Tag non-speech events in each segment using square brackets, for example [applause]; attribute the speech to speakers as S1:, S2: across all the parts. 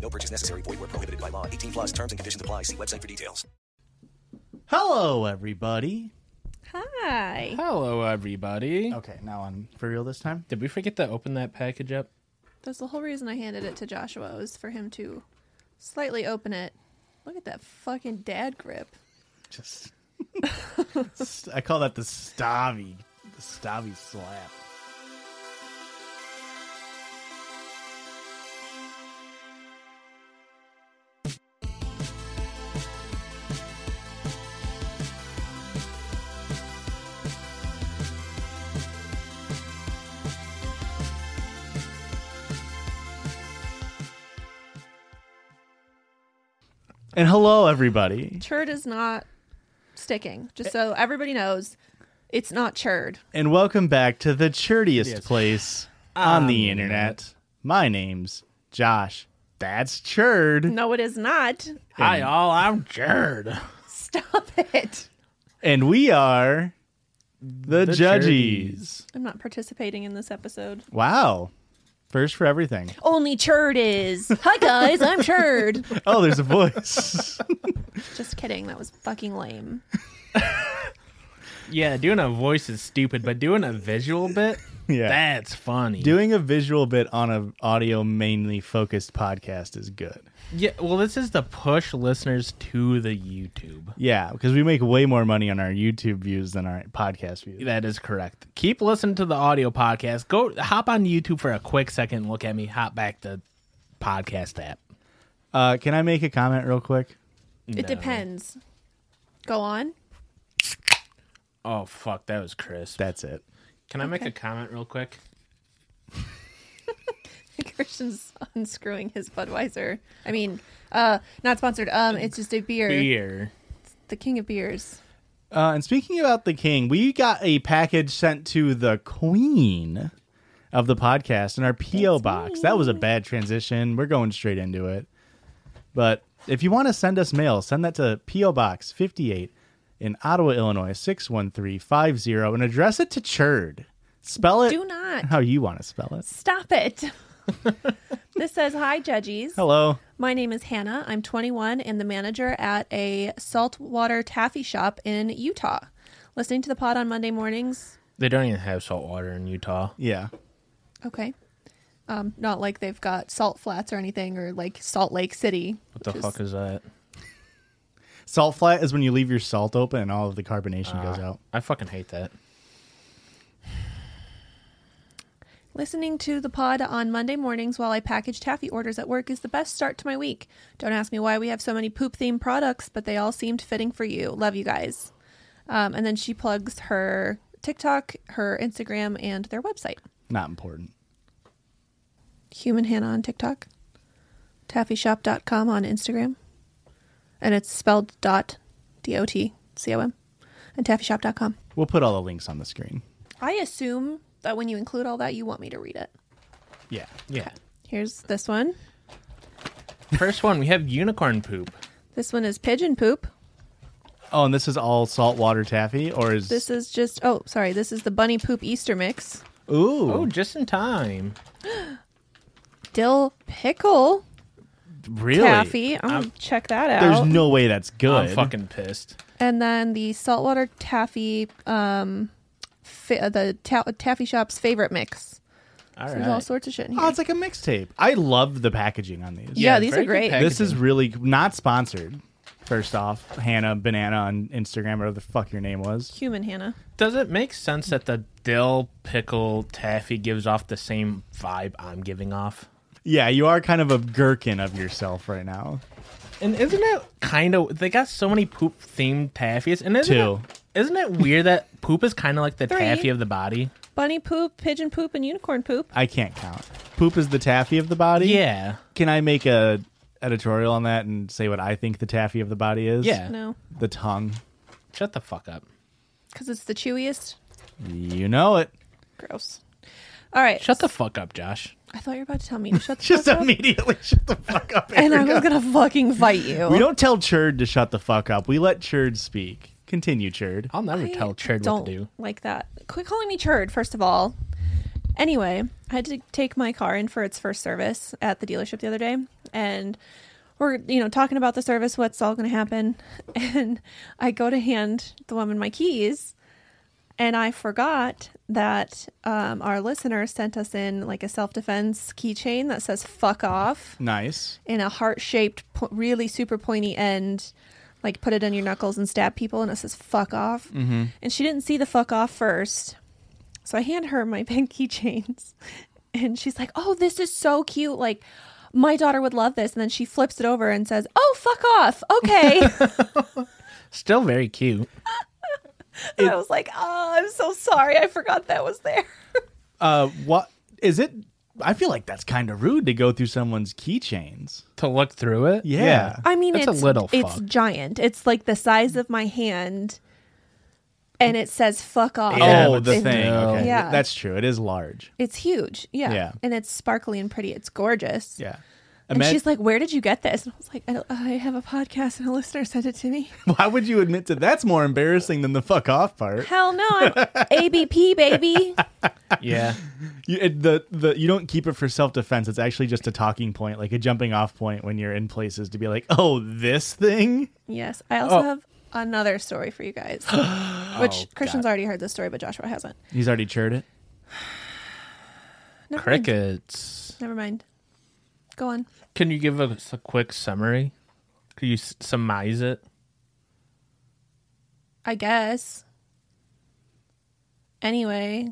S1: No purchase necessary. Void where prohibited by law. 18 plus terms and conditions apply. See website for details.
S2: Hello, everybody.
S3: Hi.
S4: Hello, everybody.
S2: Okay, now I'm for real this time.
S4: Did we forget to open that package up?
S3: That's the whole reason I handed it to Joshua was for him to slightly open it. Look at that fucking dad grip.
S2: Just, I call that the Stavi, the Stavi slap. And hello, everybody.
S3: Churd is not sticking. Just so everybody knows, it's not churd.
S2: And welcome back to the churtiest Um, place on the internet. My name's Josh. That's Churd.
S3: No, it is not.
S4: Hi, all. I'm Jared.
S3: Stop it.
S2: And we are the, Judgies.
S3: I'm not participating in this episode.
S2: Wow. First for everything.
S3: Only churd is. Hi guys, I'm churd.
S2: Oh, [laughs] there's a voice.
S3: [laughs] Just kidding. That was fucking lame.
S4: Yeah, doing a voice is stupid, but doing a visual [laughs] bit,
S2: Yeah.
S4: that's funny.
S2: Doing a visual bit on a audio mainly focused podcast is good.
S4: yeah, well, this is to push listeners to the YouTube.
S2: Yeah, because we make way more money on our YouTube views than our podcast views.
S4: That is correct. Keep listening to the audio podcast. Go hop on YouTube for a quick second, and look at me, hop back to podcast app.
S2: Uh, can I make a comment real quick?
S3: It depends. Go on.
S4: Oh, fuck, that was Chris.
S2: That's it.
S4: Can I make a comment real quick?
S3: [laughs] Christian's unscrewing his Budweiser. I mean, uh, not sponsored. Um, it's just a beer.
S4: Beer.
S3: The king of beers.
S2: Uh, and speaking about the king, we got a package sent to the queen of the podcast in our PO box. That was a bad transition. We're going straight into it. But if you want to send us mail, send that to PO Box 58 in Ottawa, Illinois 61350 and address it to Churd. Spell it
S3: Do not
S2: how you want to spell it.
S3: Stop it. [laughs] this says, Hi, judges.
S2: Hello.
S3: My name is Hannah. I'm 21 and the manager at a saltwater taffy shop in Utah. Listening to the pod on Monday mornings.
S4: They don't even have salt water in Utah.
S2: Yeah.
S3: Okay. Um, not like they've got salt flats or anything or like Salt Lake City.
S4: What the
S3: which
S4: fuck is that?
S2: Salt flat is when you leave your salt open and all of the carbonation goes out.
S4: I fucking hate that.
S3: Listening to the pod on Monday mornings while I package taffy orders at work is the best start to my week. Don't ask me why we have so many poop themed products, but they all seemed fitting for you. Love you guys. Um, and then she plugs her TikTok, her Instagram, and their website.
S2: Not important.
S3: Human Hannah on TikTok, taffyshop.com on Instagram, and it's spelled dot, D O T C O M, and taffyshop.com.
S2: We'll put all the links on the screen.
S3: I assume that when you include all that, you want me to read it.
S2: Yeah.
S4: Yeah.
S3: Here's this one.
S4: First one, we have unicorn poop.
S3: This one is pigeon poop.
S2: Oh, and this is all saltwater taffy, or is
S3: This is just oh sorry, this is the bunny poop Easter mix.
S2: Ooh,
S4: Oh, just in time.
S3: Dill pickle
S2: really?
S3: taffy. I'm gonna check that out.
S2: There's no way that's good.
S4: I'm fucking pissed.
S3: and then the saltwater taffy, um, fa- the ta- taffy shop's favorite mix.
S4: All
S3: So
S4: right.
S3: There's all sorts of shit in here.
S2: oh, it's like a mixtape. I love the packaging on these.
S3: Yeah, these
S4: very
S3: are
S4: good
S3: great.
S4: packaging.
S2: This is really not sponsored. First off, Hannah Banana on Instagram, or whatever the fuck your name was.
S3: Human Hannah.
S4: Does it make sense that the dill pickle taffy gives off the same vibe I'm giving off?
S2: Yeah, you are kind of a gherkin of yourself right now.
S4: And isn't it kind of they got so many poop themed taffies? And isn't
S2: Two.
S4: It, isn't it weird that poop is kind of like the
S3: Three.
S4: taffy of the body?
S3: Bunny poop, pigeon poop, and unicorn poop.
S2: I can't count. Poop is the taffy of the body.
S4: Yeah.
S2: Can I make a editorial on that and say what I think the taffy of the body is?
S4: Yeah.
S3: No,
S2: The tongue.
S4: Shut the fuck up.
S3: because it's the chewiest.
S2: You know it. [laughs]
S3: Gross. All right.
S4: Shut the fuck up, Josh.
S3: I thought you were about to
S2: [laughs]
S3: tell me to shut the
S2: Just
S3: fuck up.
S2: immediately [laughs] shut the fuck up.
S3: And I
S2: Erica.
S3: was gonna fucking fight you.
S2: We don't tell Churd to shut the fuck up. We let Churd speak. Continue, Churd.
S4: I'll never
S3: I
S4: tell Cherd
S3: don't
S4: what to do.
S3: Like that. Quit calling me Cherd, first of all. Anyway, I had to take my car in for its first service at the dealership the other day, and we're you know talking about the service, what's all going to happen, [laughs] and I go to hand the woman my keys, and I forgot that um, our listener sent us in like a self defense keychain that says "fuck off"
S2: Nice.
S3: in a heart shaped, po- really super pointy end. Like put it on your knuckles and stab people, and it says "fuck off." Mm-hmm. And she didn't see the "fuck off" first, so I hand her my [laughs] pink keychains, and she's like, "Oh, this is so cute! Like, my daughter would love this." And then she flips it over and says, "Oh, fuck off! [laughs] Okay."
S4: Still very cute.
S3: and I was like, "Oh, I'm so sorry. I forgot that was there."
S2: Uh, what is it? I feel like that's kind of rude to go through someone's keychains.
S4: To look through it.
S2: Yeah.
S3: [laughs] I mean,
S4: That's a
S3: it's
S4: little
S3: It's
S4: fuck.
S3: giant. It's like the size of my hand, and it says "fuck off."
S4: Yeah,
S2: oh,
S4: but
S2: the
S3: in-
S2: thing. Okay.
S3: Yeah.
S2: That's true. It is large.
S3: It's huge. Yeah.
S2: Yeah.
S3: And it's sparkly and pretty. It's gorgeous.
S2: Yeah.
S3: And
S2: Imag-
S3: she's like, Where did you get this? And I was like, I, don't- I have a podcast and a listener sent it to me.
S2: [laughs] Why would you admit to that's more embarrassing than the fuck off part?
S3: Hell no. I'm
S2: [laughs]
S3: ABP, baby.
S4: Yeah.
S2: You, it, the, the, you don't keep it for self defense. It's actually just a talking point, like a jumping off point when you're in places to be like, oh, this thing?
S3: Yes. I also
S4: Oh.
S3: have another story for
S2: [gasps]
S3: you guys, which
S2: Oh,
S3: Christian's already heard this story, but Joshua hasn't.
S2: He's already churred it.
S3: Never Mind.
S4: Crickets.
S3: Never mind. Go on.
S4: Can you give us a quick summary? Can you s- surmise it?
S3: I guess. Anyway,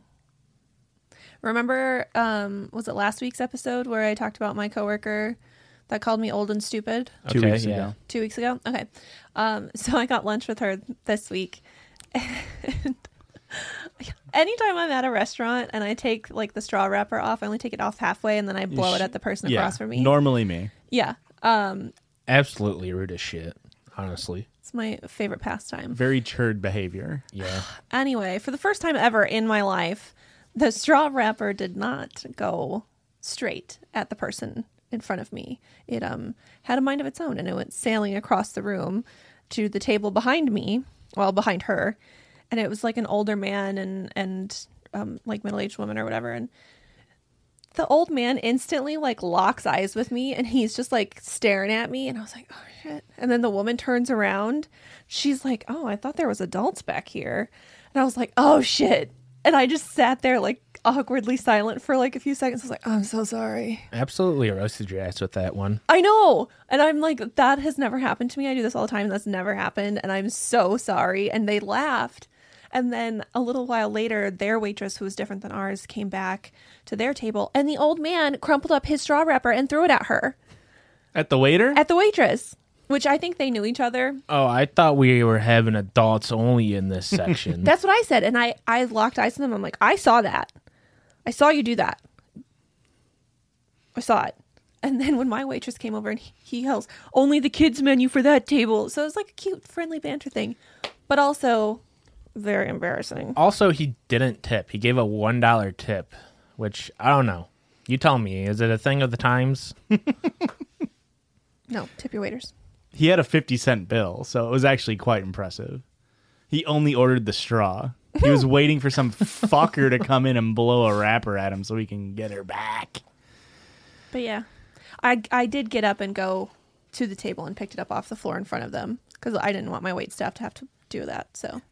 S3: remember, um, was it last week's episode where I talked about my coworker that called me old and stupid?
S2: Two
S4: Okay,
S2: weeks
S4: yeah.
S2: ago.
S3: two weeks ago. Okay, um, [laughs] so I got lunch with her this week. [laughs] And [laughs] anytime I'm at a restaurant and I take like the straw wrapper off, I only take it off halfway and then I blow it at the person
S2: Yeah.
S3: across from me.
S2: Normally me.
S3: yeah, um,
S4: Absolutely rude as shit, honestly.
S3: it's my favorite pastime.
S2: Very churred behavior.
S4: Yeah.
S3: Anyway, for the first time ever in my life, the straw wrapper did not go straight at the person in front of me. It um had a mind of its own and it went sailing across the room to the table behind me, well behind her, and it was like an older man and and um like middle-aged woman or whatever and the old man instantly like locks eyes with me and he's just like staring at me and I was like, "Oh shit." And then the woman turns around. She's like, "Oh, I thought there was adults back here." And I was like, "Oh shit." And I just sat there like awkwardly silent for like a few seconds. I was like, "Oh, "I'm so sorry."
S4: Absolutely roasted your ass with that one.
S3: I know. And I'm like, "That has never happened to me. I do this all the time. That's never happened." And I'm so sorry. And they laughed. And then a little while later, their waitress, who was different than ours, came back to their table, and the old man crumpled up his straw wrapper and threw it at her.
S2: At the waiter?
S3: at the waitress, which I think they knew each other.
S4: Oh, I thought we were having adults only in [laughs] this section.
S3: That's what I said, and I I locked eyes with them. I'm like, I saw that, I saw you do that, I saw it. And then when my waitress came over and he, he yells, "Only the kids menu for that table," so it was like a cute, friendly banter thing, but also very embarrassing.
S4: also, he didn't tip. He gave a $1 tip, which I don't know. You tell me, is it a thing of the times?
S3: No, tip your waiters.
S2: he had a 50 cent bill, so it was actually quite impressive. He only ordered the straw. He
S4: [laughs]
S2: was waiting for some fucker to come in and blow a wrapper at him so he can get her back.
S3: But yeah, I I did get up and go to the table and picked it up off the floor in front of them because I didn't want my wait staff to have to do that. So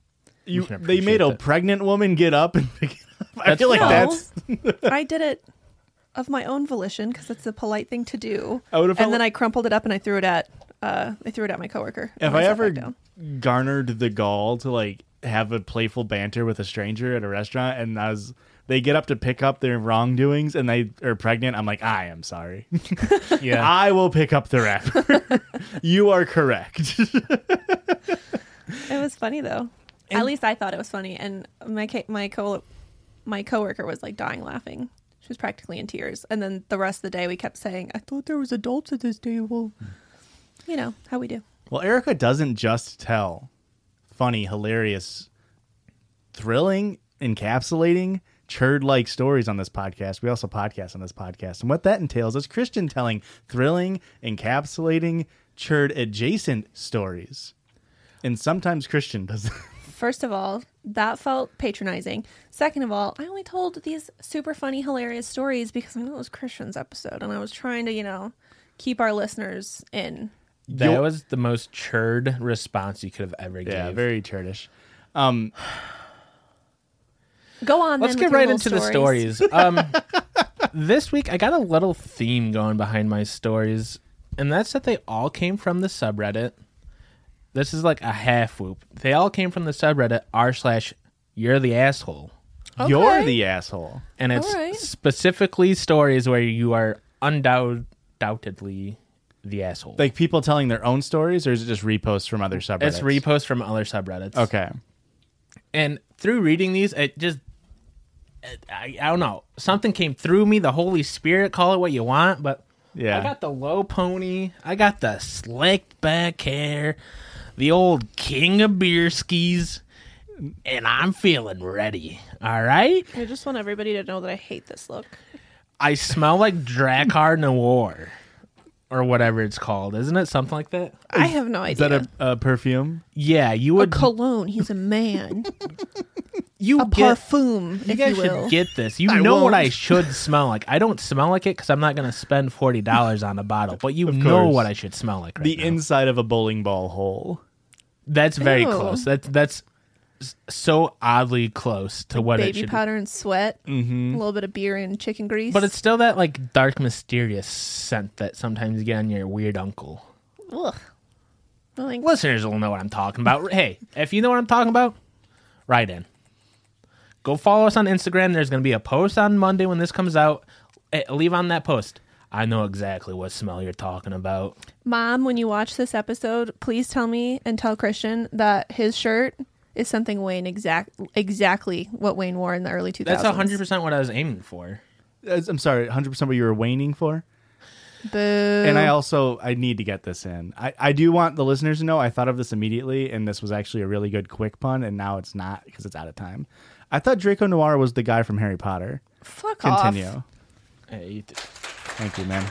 S2: You,
S4: can
S2: they made a
S4: appreciate that.
S2: pregnant woman get up and pick it up. I
S4: That's
S2: feel like
S4: fine.
S2: that's
S3: [laughs] I did it of my own volition because it's a polite thing to do.
S2: I would've felt
S3: and then
S2: like-
S3: I crumpled it up and I threw it at uh, I threw it at my coworker. and
S2: if I
S3: sat back
S2: ever
S3: down.
S2: garnered the gall to like have a playful banter with a stranger at a restaurant and I was they get up to pick up their wrongdoings and they are pregnant, I'm like, I am sorry.
S4: [laughs] Yeah.
S2: I will pick up the wrapper. [laughs] you are correct. [laughs]
S3: it was funny though. at least I thought it was funny, and my ca- my co my coworker was like dying laughing. She She was practically in tears. And then the rest of the day, we kept saying, "I thought there was adults at this table." You know how we do.
S2: Well, Erica doesn't just tell funny, hilarious, thrilling, encapsulating, churd like stories on this podcast. We also podcast on this podcast. And what that entails is Christian telling thrilling, encapsulating, churd adjacent stories. And sometimes Christian does that.
S3: First of all, that felt patronizing. Second of all, I only told these super funny, hilarious stories because I know it was Christian's episode, and I was trying to, you know, keep our listeners in.
S4: That
S2: You'll-
S4: was the most churd response you could have ever
S2: Yeah,
S4: gave.
S2: very churdish.
S3: Go on.
S4: Let's
S3: then
S4: get
S3: with your
S4: right
S3: little
S4: into the stories. Um, this week, I got a little theme going behind my stories, and that's that they all came from the subreddit. This is like a half whoop. They all came from the subreddit r slash you're the asshole,
S2: You're
S3: Okay.
S2: the asshole.
S4: and it's
S3: Alright.
S4: specifically stories where you are undoubt- undoubtedly the asshole.
S2: Like people telling their own stories, or is it just reposts from other subreddits?
S4: it's reposts from other subreddits.
S2: Okay.
S4: and through reading these it just it- I, I don't know something came through me the holy spirit call it what you want but
S2: Yeah.
S4: i got the low pony i got the slicked back hair the old king of beer skis and i'm feeling ready all right
S3: I just want everybody to know that I hate this look.
S4: i
S3: [laughs]
S4: smell like dracar noir or whatever it's called isn't it something like that
S3: I have no
S2: Is
S3: idea.
S2: that a, a perfume?
S4: yeah you
S3: a
S4: would
S3: cologne. He's a
S4: [laughs]
S3: man.
S4: you
S3: a
S4: get
S3: parfum,
S4: You
S3: if
S4: guys
S3: you will.
S4: should get this. You
S2: I
S4: know what
S2: won't.
S4: I should smell like. I don't smell like it because I'm not going to spend forty dollars on a bottle. But you know
S2: course.
S4: what I should smell like. Right
S2: The
S4: now.
S2: inside of a bowling ball hole.
S4: that's very
S3: Ew.
S4: close. That's that's s- so oddly close to what it
S3: Baby
S4: should.
S3: powder and sweat. A little bit of beer and chicken grease.
S4: be. But it's still that like dark, mysterious scent that sometimes you get on your weird uncle.
S3: Ugh. I think-
S4: Listeners will know what I'm talking about. hey, if you know what I'm talking about, write in. Go follow us on Instagram. There's going to be a post on Monday when this comes out. Eh, Leave on that post. I know exactly what smell you're talking about.
S3: Mom, when you watch this episode, please tell me and tell Christian that his shirt is something Wayne exact exactly what Wayne wore in the early 2000s.
S4: That's hundred percent what I was aiming for.
S2: As- I'm sorry, 100% what you were waning for.
S3: Boo.
S2: And I also I need to get this in. I, I do want the listeners to know I thought of this immediately, and this was actually a really good quick pun, and now it's not because it's out of time. I thought Draco Noir was the guy from Harry Potter.
S3: Fuck
S2: Continue.
S3: off.
S4: Hey, you th-
S2: Thank you, man.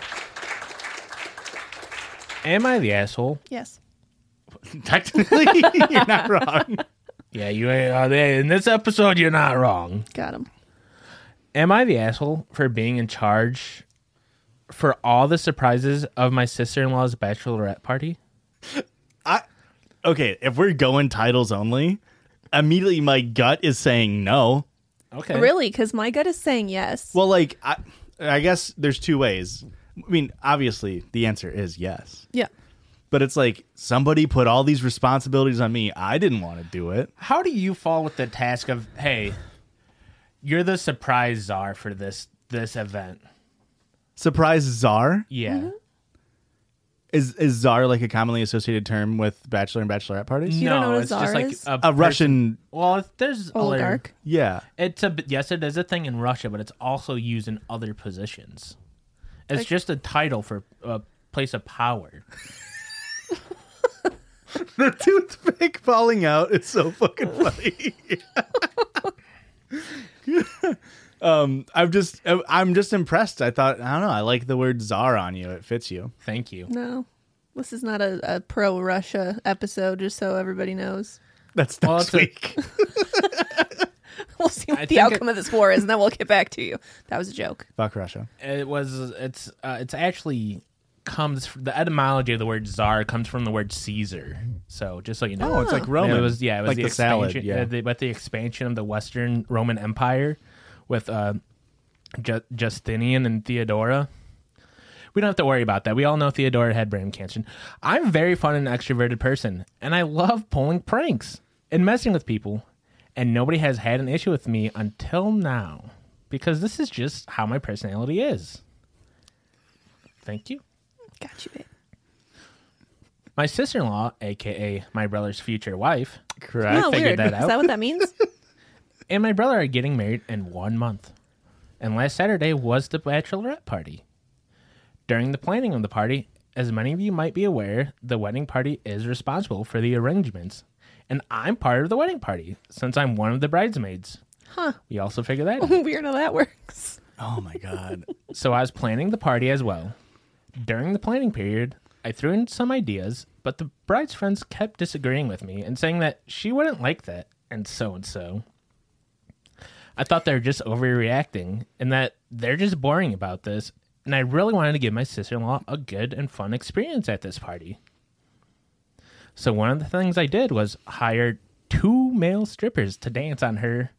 S4: Am I the asshole?
S3: Yes.
S2: [laughs] Technically, you're not [laughs] wrong.
S4: Yeah, you are. In this episode, you're not wrong.
S3: Got him.
S4: Am I the asshole for being in charge for all the surprises of my sister-in-law's bachelorette party?
S2: Okay, if we're going titles only, immediately my gut is saying no.
S4: Okay,
S3: Really? Because my gut is saying yes.
S2: Well, like I, I guess there's two ways. I mean, obviously the answer is yes,
S3: yeah.
S2: but it's like somebody put all these responsibilities on me. I didn't want to do it.
S4: How do you fall with the task of hey, you're the surprise czar for this this event?
S2: Surprise czar
S4: Yeah,
S3: Mm-hmm.
S2: is is czar like a commonly associated term with bachelor and bachelorette parties?
S3: You
S4: no,
S3: don't know what a
S4: it's
S3: czar
S4: just like
S3: is?
S4: a,
S2: A
S4: person-
S2: Russian,
S4: Well, if there's other-
S3: Oligarch.
S2: yeah.
S4: It's a yes, it is a thing in Russia, but it's also used in other positions. It's just a title for a place of power.
S2: [laughs] the toothpick falling out is so [laughs] fucking funny. um, I'm just, I'm just impressed. I thought, I don't know, I like the word czar on you. It fits you.
S4: Thank you.
S3: No. This is not a, a pro Russia episode, just so everybody knows. [laughs]
S2: That's
S4: Well,
S2: next
S4: it's a-
S2: week. [laughs]
S3: We'll see what
S4: I
S3: the
S4: think
S3: outcome of this war is, and then we'll get back to you. That was a joke.
S2: Fuck Russia.
S4: It was. It's. Uh, it's actually comes f- the etymology of the word czar comes from the word Caesar. So just so you know,
S2: Oh, it's like Roman.
S4: It was yeah. It was
S2: like
S4: the,
S2: the, salad.
S4: expansion-
S2: Yeah.
S4: uh, the- but the expansion of the Western Roman Empire with uh, Ju- Justinian and Theodora. We don't have to worry about that. We all know Theodora had brain cancer. I'm a very fun and extroverted person, and I love pulling pranks and messing with people. And nobody has had an issue with me until now, because this is just how my personality is. Thank you.
S3: Got you, babe.
S4: My sister-in-law, aka my brother's future wife,
S2: Correct.
S3: oh, weird.
S4: figured that
S3: Is
S4: out.
S3: that what that means?
S4: and my brother are getting married in one month. And last Saturday was the bachelorette party. During the planning of the party, as many of you might be aware, the wedding party is responsible for the arrangements. And I'm part of the wedding party since I'm one of the bridesmaids. Huh. We also figured that out.
S3: [laughs] Weird how that works.
S2: Oh my god.
S4: So I was planning the party as well. During the planning period, I threw in some ideas, but the bride's friends kept disagreeing with me and saying that she wouldn't like that and so and so. I thought they were just overreacting and that they're just boring about this, and I really wanted to give my sister in law a good and fun experience at this party. So one of the things I did was hire two male strippers to dance on her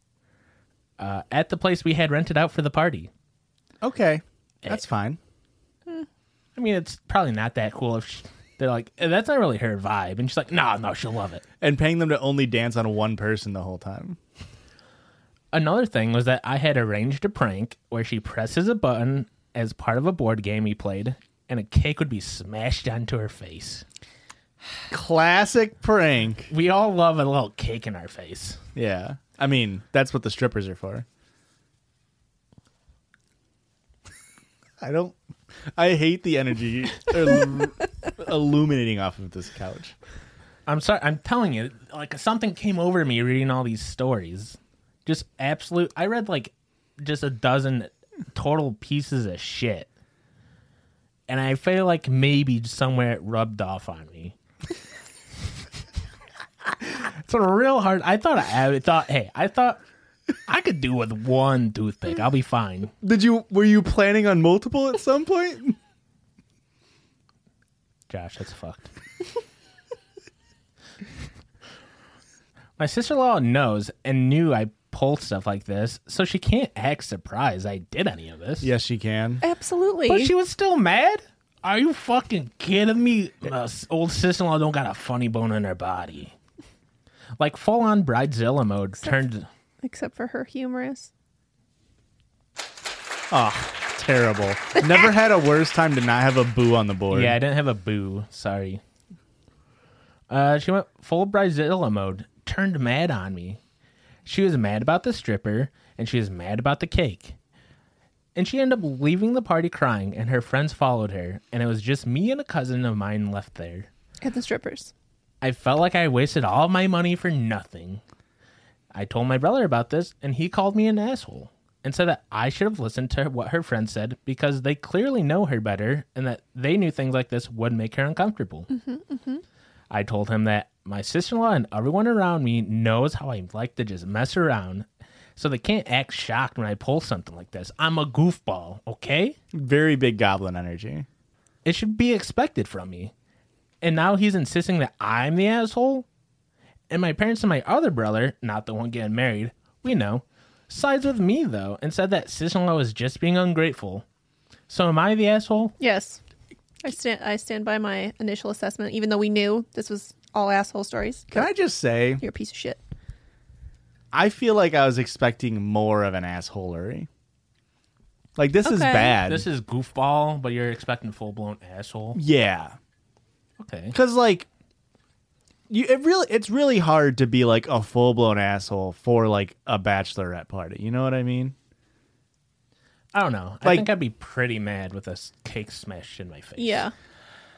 S4: uh, at the place we had rented out for the party.
S2: Okay.
S4: Eh.
S2: That's fine.
S4: I mean, it's probably not that cool if she, they're like, "Eh, that's not really her vibe. And she's like, no, no, she'll love it.
S2: And paying them to only dance on one person the whole time.
S4: Another thing was that I had arranged a prank where she presses a button as part of a board game he played, and a cake would be smashed onto her face.
S2: Classic prank.
S4: We all love a little cake in our face.
S2: Yeah. I mean, that's what the strippers are for. I don't I hate the energy [laughs] il- illuminating off of this couch.
S4: I'm sorry, I'm telling you, like something came over me reading all these stories. Just absolute. I read like just a dozen total pieces of shit. And I feel like maybe somewhere it rubbed off on me. [laughs] it's a real hard. I thought I, I thought, hey, I thought I could do with one toothpick. I'll be fine.
S2: Did you were you planning on multiple at some point?
S4: Josh, that's fucked. My sister in law knows and knew I pulled stuff like this, so she can't act surprised I did any of this.
S2: yes, she can.
S3: Absolutely.
S4: But she was still mad? Are you fucking kidding me? My s- old sister in law don't got a funny bone in her body. Like full on bridezilla mode turned
S3: Except for her humorous.
S2: Terrible. Never had a worse time to not have a boo on the board.
S4: Yeah, I didn't have a boo. Sorry. Uh, she went full Brazilla mode, turned mad on me. She was mad about the stripper, and she was mad about the cake. And she ended up leaving the party crying, and her friends followed her, and it was just me and a cousin of mine left there.
S3: At the strippers.
S4: I felt like I wasted all my money for nothing. I told my brother about this, and he called me an asshole and said that I should have listened to what her friends said because they clearly know her better and that they knew things like this would make her uncomfortable. I told him that my sister in law and everyone around me knows how I like to just mess around, so they can't act shocked when I pull something like this. I'm a goofball, okay?
S2: Very big goblin energy.
S4: It should be expected from me. And now he's insisting that I'm the asshole? And my parents and my other brother, not the one getting married, we know, sides with me though and said that sister in law was just being ungrateful. So am I the asshole?
S3: Yes. I stand I stand by my initial assessment, even though we knew this was all asshole stories.
S2: Can I just say
S3: You're a piece of shit.
S2: I feel like I was expecting more of an assholery. Like this is
S3: Okay.
S2: bad.
S4: This is goofball, but you're expecting full blown asshole.
S2: yeah,
S4: Okay.
S2: because like you, it really, it's really hard to be like a full blown asshole for like a bachelorette party. You know what I mean?
S4: I don't know. I
S2: Like-
S4: think I'd be pretty mad with a s- cake smashed in my face.
S3: Yeah.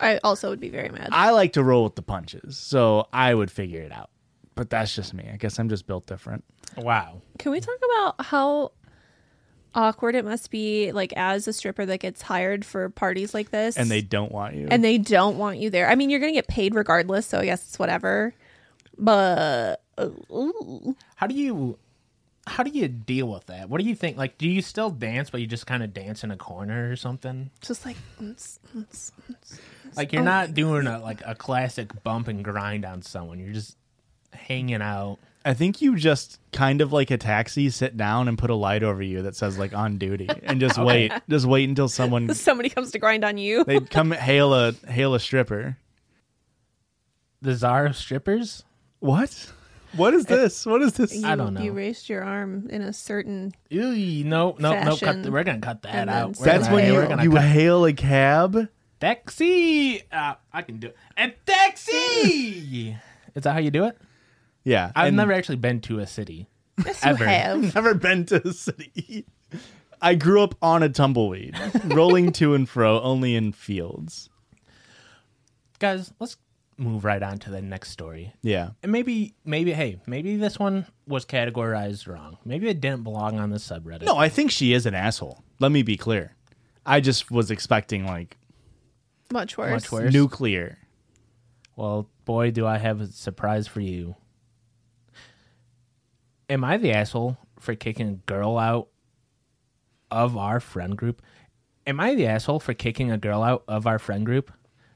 S3: I also would be very mad.
S2: I like to roll with the punches, so I would figure it out. But that's just me. I guess I'm just built different.
S4: Wow.
S3: Can we talk about how awkward it must be like as a stripper that gets hired for parties like this
S2: And they don't want you.
S3: and they don't want you there. I mean, you're going to get paid regardless, so I guess it's whatever. But
S4: How do you how do you deal with that? What do you think? Like, do you still dance, but you just kind of dance in a corner or something?
S3: just like mm, mm, mm.
S4: Like, you're not doing a like a classic bump and grind on someone. You're just hanging out.
S2: I think you just kind of like a taxi, sit down and put a light over you that says like on duty, and
S3: [laughs]
S2: just wait, just wait until someone
S3: somebody comes to grind on you.
S2: They'd come hail a hail a stripper.
S4: The czar of strippers.
S2: What? What is this? What is this?
S4: I don't
S3: You- You
S4: know.
S3: raised your arm in a certain.
S4: Ew, no, no, no. Cut,
S3: Fashion.
S4: we're gonna cut that
S3: And then
S4: out. We're
S2: That's
S4: gonna-
S2: when
S4: we're
S2: you,
S4: gonna
S2: you
S4: cut-
S2: hail a cab.
S4: taxi. Uh, I can do it. And
S2: [laughs]
S4: taxi. Is that how you do it?
S2: Yeah, [laughs]
S4: I've
S2: and
S4: never actually been to a city.
S3: Yes,
S4: Ever.
S3: you have.
S2: never been to a city. I grew up on a tumbleweed, rolling to and fro, only in fields.
S4: Guys, let's move right on to the next story.
S2: Yeah.
S4: And maybe, maybe, hey, maybe this one was categorized wrong. Maybe it didn't belong on the subreddit.
S2: No, I think she is an asshole. Let me be clear. I just was expecting like
S3: Much worse.
S4: much worse.
S2: nuclear.
S4: Well, boy, do I have a surprise for you. Am I the asshole for kicking a girl out of our friend group? Am I the asshole for kicking a girl out of our friend group?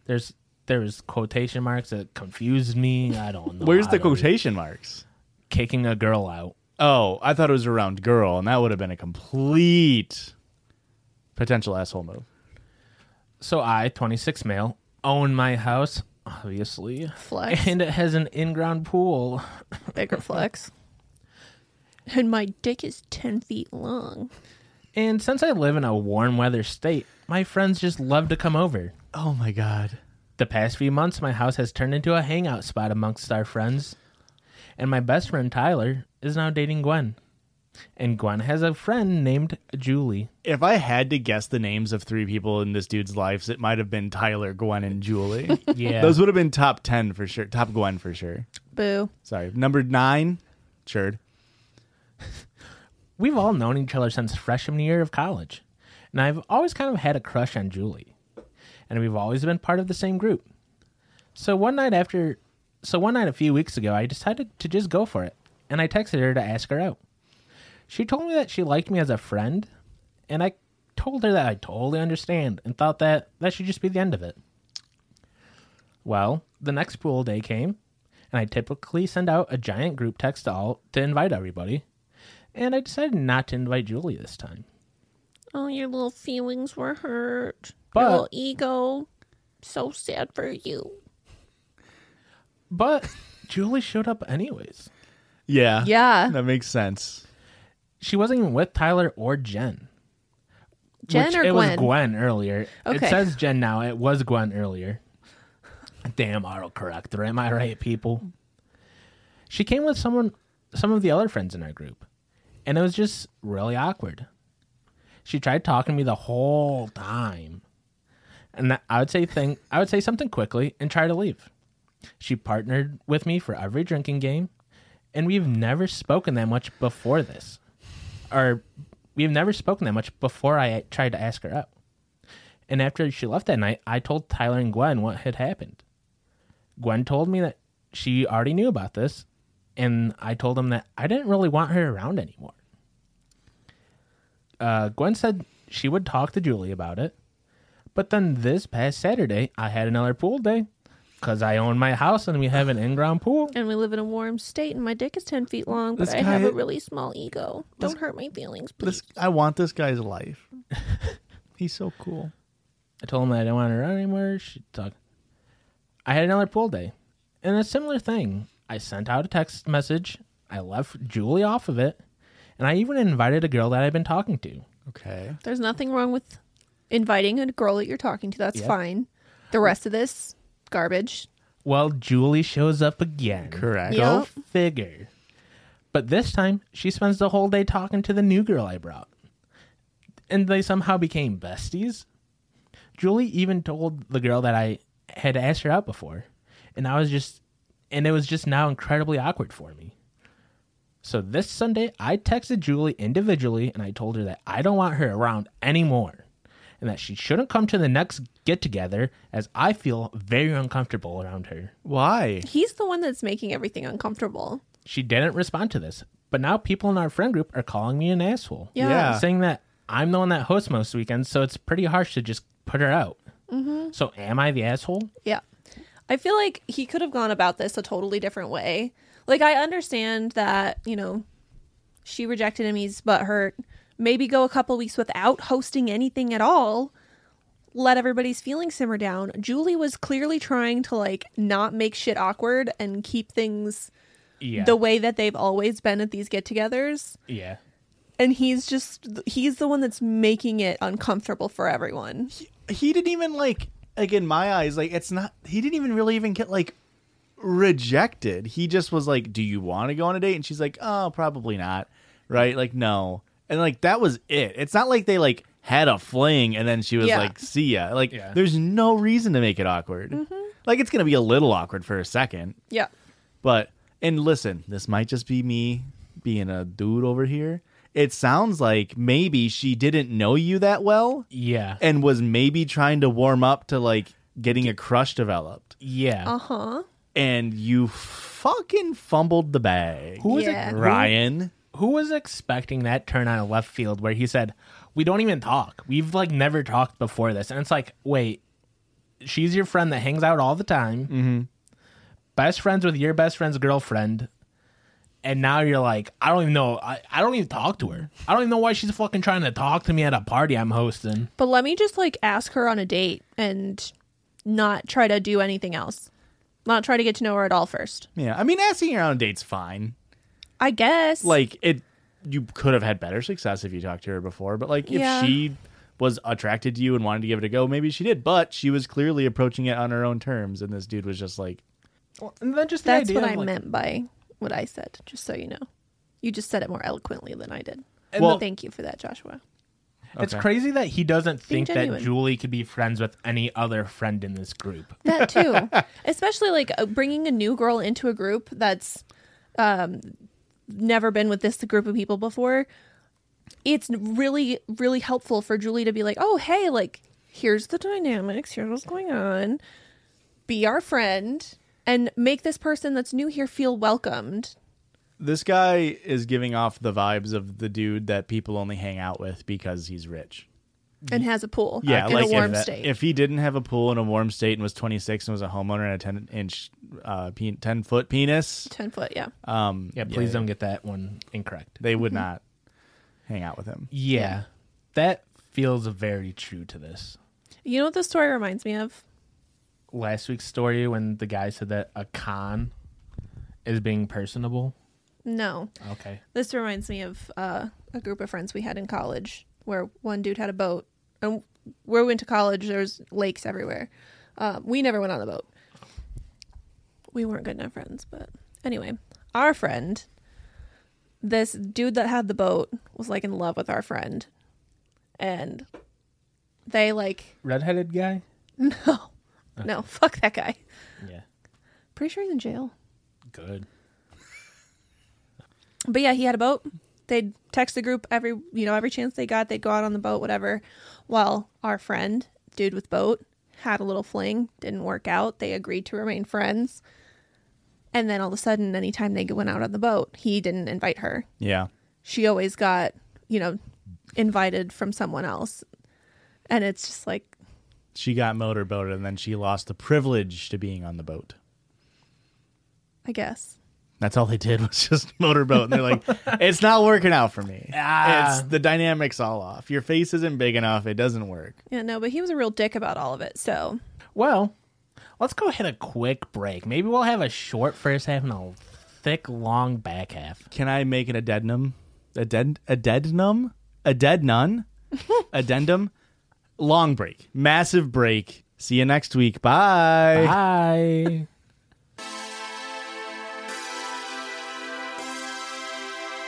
S4: There's there's quotation marks that confused me. I don't know.
S2: Where's
S4: I
S2: the
S4: don't-
S2: quotation marks?
S4: Kicking a girl out.
S2: Oh, I thought it was around girl, and that would have been a complete potential asshole move.
S4: So I, 26 male, own my house, obviously,
S3: [laughs] Flex.
S4: and it has an in-ground pool.
S3: Bigger flex. [laughs] And my dick is 10 feet long.
S4: And since I live in a warm weather state, my friends just love to come over.
S2: Oh my god.
S4: The past few months, my house has turned into a hangout spot amongst our friends. And my best friend, Tyler, is now dating Gwen. And Gwen has a friend named Julie.
S2: If I had to guess the names of three people in this dude's lives, it might have been Tyler, Gwen, and Julie.
S4: Yeah.
S2: Those would have been top 10 for sure. Top Gwen for sure.
S3: Boo.
S2: Sorry. Number nine, Cherd.
S4: We've all known each other since freshman year of college. And I've always kind of had a crush on Julie. And we've always been part of the same group. So one night after so one night a few weeks ago, I decided to just go for it. And I texted her to ask her out. She told me that she liked me as a friend, and I told her that I totally understand and thought that that should just be the end of it. Well, the next pool day came, and I typically send out a giant group text to all to invite everybody and I decided not to invite Julie this time.
S3: Oh, your little feelings were hurt.
S4: But-
S3: your little ego. So sad for you.
S4: But Julie showed up anyways.
S2: Yeah.
S3: Yeah.
S2: That makes sense.
S4: She wasn't even with Tyler or Jen.
S3: Jen
S4: which
S3: or
S4: it
S3: Gwen?
S4: was Gwen earlier.
S3: Okay.
S4: It says Jen now. It was Gwen earlier. Damn autocorrector. Am I right, people? She came with someone, some of the other friends in our group, and it was just really awkward. She tried talking to me the whole time, and that- I would say thing, I would say something quickly and try to leave. She partnered with me for every drinking game, and we've never spoken that much before this, or we've never spoken that much before I tried to ask her out. And after she left that night, I told Tyler and Gwen what had happened. Gwen told me that she already knew about this, and I told them that I didn't really want her around anymore. Uh, Gwen said she would talk to Julie about it, but then this past Saturday, I had another pool day because I own my house and we have an in ground pool.
S3: And we live in a warm state, and my dick is 10 feet long, but
S2: This
S3: I have
S2: guy-
S3: a really small ego. Don't hurt my feelings, please.
S2: This I want this guy's [laughs] life. He's so cool.
S4: I told him I didn't want her around anymore. She talk. I had another pool day, and a similar thing. I sent out a text message. I left Julie off of it, and I even invited a girl that I've been talking to.
S2: Okay.
S3: There's nothing wrong with inviting a girl that you're talking to. That's fine. The rest of this, garbage.
S4: Well, Julie shows up again.
S2: Correct.
S4: Go
S3: Yep.
S4: figure. But this time, she spends the whole day talking to the new girl I brought. And they somehow became besties. Julie even told the girl that I had asked her out before. And I was just, and it was just now incredibly awkward for me. So this Sunday, I texted Julie individually and I told her that I don't want her around anymore and that she shouldn't come to the next get together as I feel very uncomfortable around her.
S2: Why?
S3: He's the one that's making everything uncomfortable.
S4: She didn't respond to this, but now people in our friend group are calling me an asshole.
S3: Yeah.
S2: Yeah.
S4: Saying that I'm the one that hosts most weekends, so it's pretty harsh to just put her out.
S3: Mm-hmm.
S4: So am I the asshole?
S3: Yeah. I feel like he could have gone about this a totally different way. Like I understand that, you know, she rejected him, he's butthurt. Maybe go a couple weeks without hosting anything at all. Let everybody's feelings simmer down. Julie was clearly trying to like not make shit awkward and keep things
S4: Yeah.
S3: the way that they've always been at these get-togethers,
S4: yeah.
S3: and he's just he's the one that's making it uncomfortable for everyone.
S2: He didn't even like like in my eyes, like it's not he didn't even really even get like rejected. He just was like, Do you want to go on a date? And she's like, Oh, probably not. Right? Like, no. and like that was it. It's not like they like had a fling and then she was
S3: Yeah.
S2: like, "See ya." Like,
S4: Yeah.
S2: there's no reason to make it awkward. Like, it's gonna be a little awkward for a second,
S3: Yeah.
S2: but and listen, this might just be me being a dude over here. It sounds like maybe she didn't know you that well
S4: Yeah.
S2: and was maybe trying to warm up to like getting a crush developed,
S4: Yeah.
S3: Uh huh.
S2: and you fucking fumbled the bag,
S4: Who was
S3: Yeah.
S4: it?
S2: Ryan.
S4: Who was expecting that turn on a left field where he said, "We don't even talk. We've like never talked before this." And it's like, wait, she's your friend that hangs out all the time, mm-hmm. best friends with your best friend's girlfriend, and now you're like, I don't even know. I, I don't even talk to her. I don't even know why she's fucking trying to talk to me at a party I'm hosting.
S3: But let me just like ask her on a date and not try to do anything else. Not try to get to know her at all first.
S2: Yeah, I mean, asking her on a date's fine.
S3: I guess.
S2: like it you could have had better success if you talked to her before but like
S3: Yeah.
S2: if she was attracted to you and wanted to give it a go maybe she did but she was clearly approaching it on her own terms and this dude was just like
S4: And then just the
S3: that's
S4: idea
S3: what
S4: of,
S3: I
S4: like-
S3: meant by what I said, just so you know. You just said it more eloquently than I did.
S2: Well-
S3: thank you for that, Joshua.
S4: It's
S2: Okay.
S4: crazy that he doesn't think that
S3: genuine.
S4: Julie could be friends with any other friend in this group.
S3: That too, [laughs] especially like uh, bringing a new girl into a group that's um, never been with this group of people before. It's really, really helpful for Julie to be like, "Oh, hey, like here's the dynamics. Here's what's going on. Be our friend and make this person that's new here feel welcomed."
S2: this guy is giving off the vibes of the dude that people only hang out with because he's rich
S3: And has a pool, uh,
S2: yeah
S3: in
S2: like
S3: a warm
S2: if, that-
S3: state.
S2: if he didn't have a pool in a warm state and was 26 and was a homeowner and a 10 inch uh, pe- 10 foot penis
S3: Ten foot, yeah.
S2: um
S4: Yeah, please don't get that one incorrect.
S2: they
S3: Mm-hmm.
S2: would not hang out with him
S4: Yeah. That feels very true to this.
S3: You know what this story reminds me of?
S4: Last week's story when the guy said that a con is being personable.
S3: No,
S4: Okay.
S3: This reminds me of uh, a group of friends we had in college where one dude had a boat. And where we went to college, there's lakes everywhere. Um, we never went on the boat. We weren't good enough friends, but anyway, our friend, this dude that had the boat, was like in love with our friend. And they like, [laughs]
S4: Redheaded guy?
S3: no, no, fuck that guy.
S4: Yeah.
S3: Pretty sure he's in jail.
S4: Good.
S3: But yeah, he had a boat. They'd text the group every you know every chance they got. They'd go out on the boat, whatever. Well, our friend, dude with boat, had a little fling. Didn't work out. They agreed to remain friends. And then all of a sudden, anytime they went out on the boat, he didn't invite her.
S2: yeah
S3: She always got you know invited from someone else, and it's just like
S2: she got motorboated and then she lost the privilege to being on the boat.
S3: I guess
S2: That's all they did [laughs] was just motorboat. And they're
S4: [laughs]
S2: like, it's not working out for me.
S4: Ah.
S2: It's the dynamics all off. Your face isn't big enough. It doesn't work.
S3: yeah no. But he was a real dick about all of it. So
S4: Well, let's go hit a quick break. Maybe we'll have a short first half and a thick, long back half.
S2: Can I make an addendum? Addend- addendum? A dead nun? addendum? Long break. Massive break. See you next week. Bye.
S4: Bye. [laughs]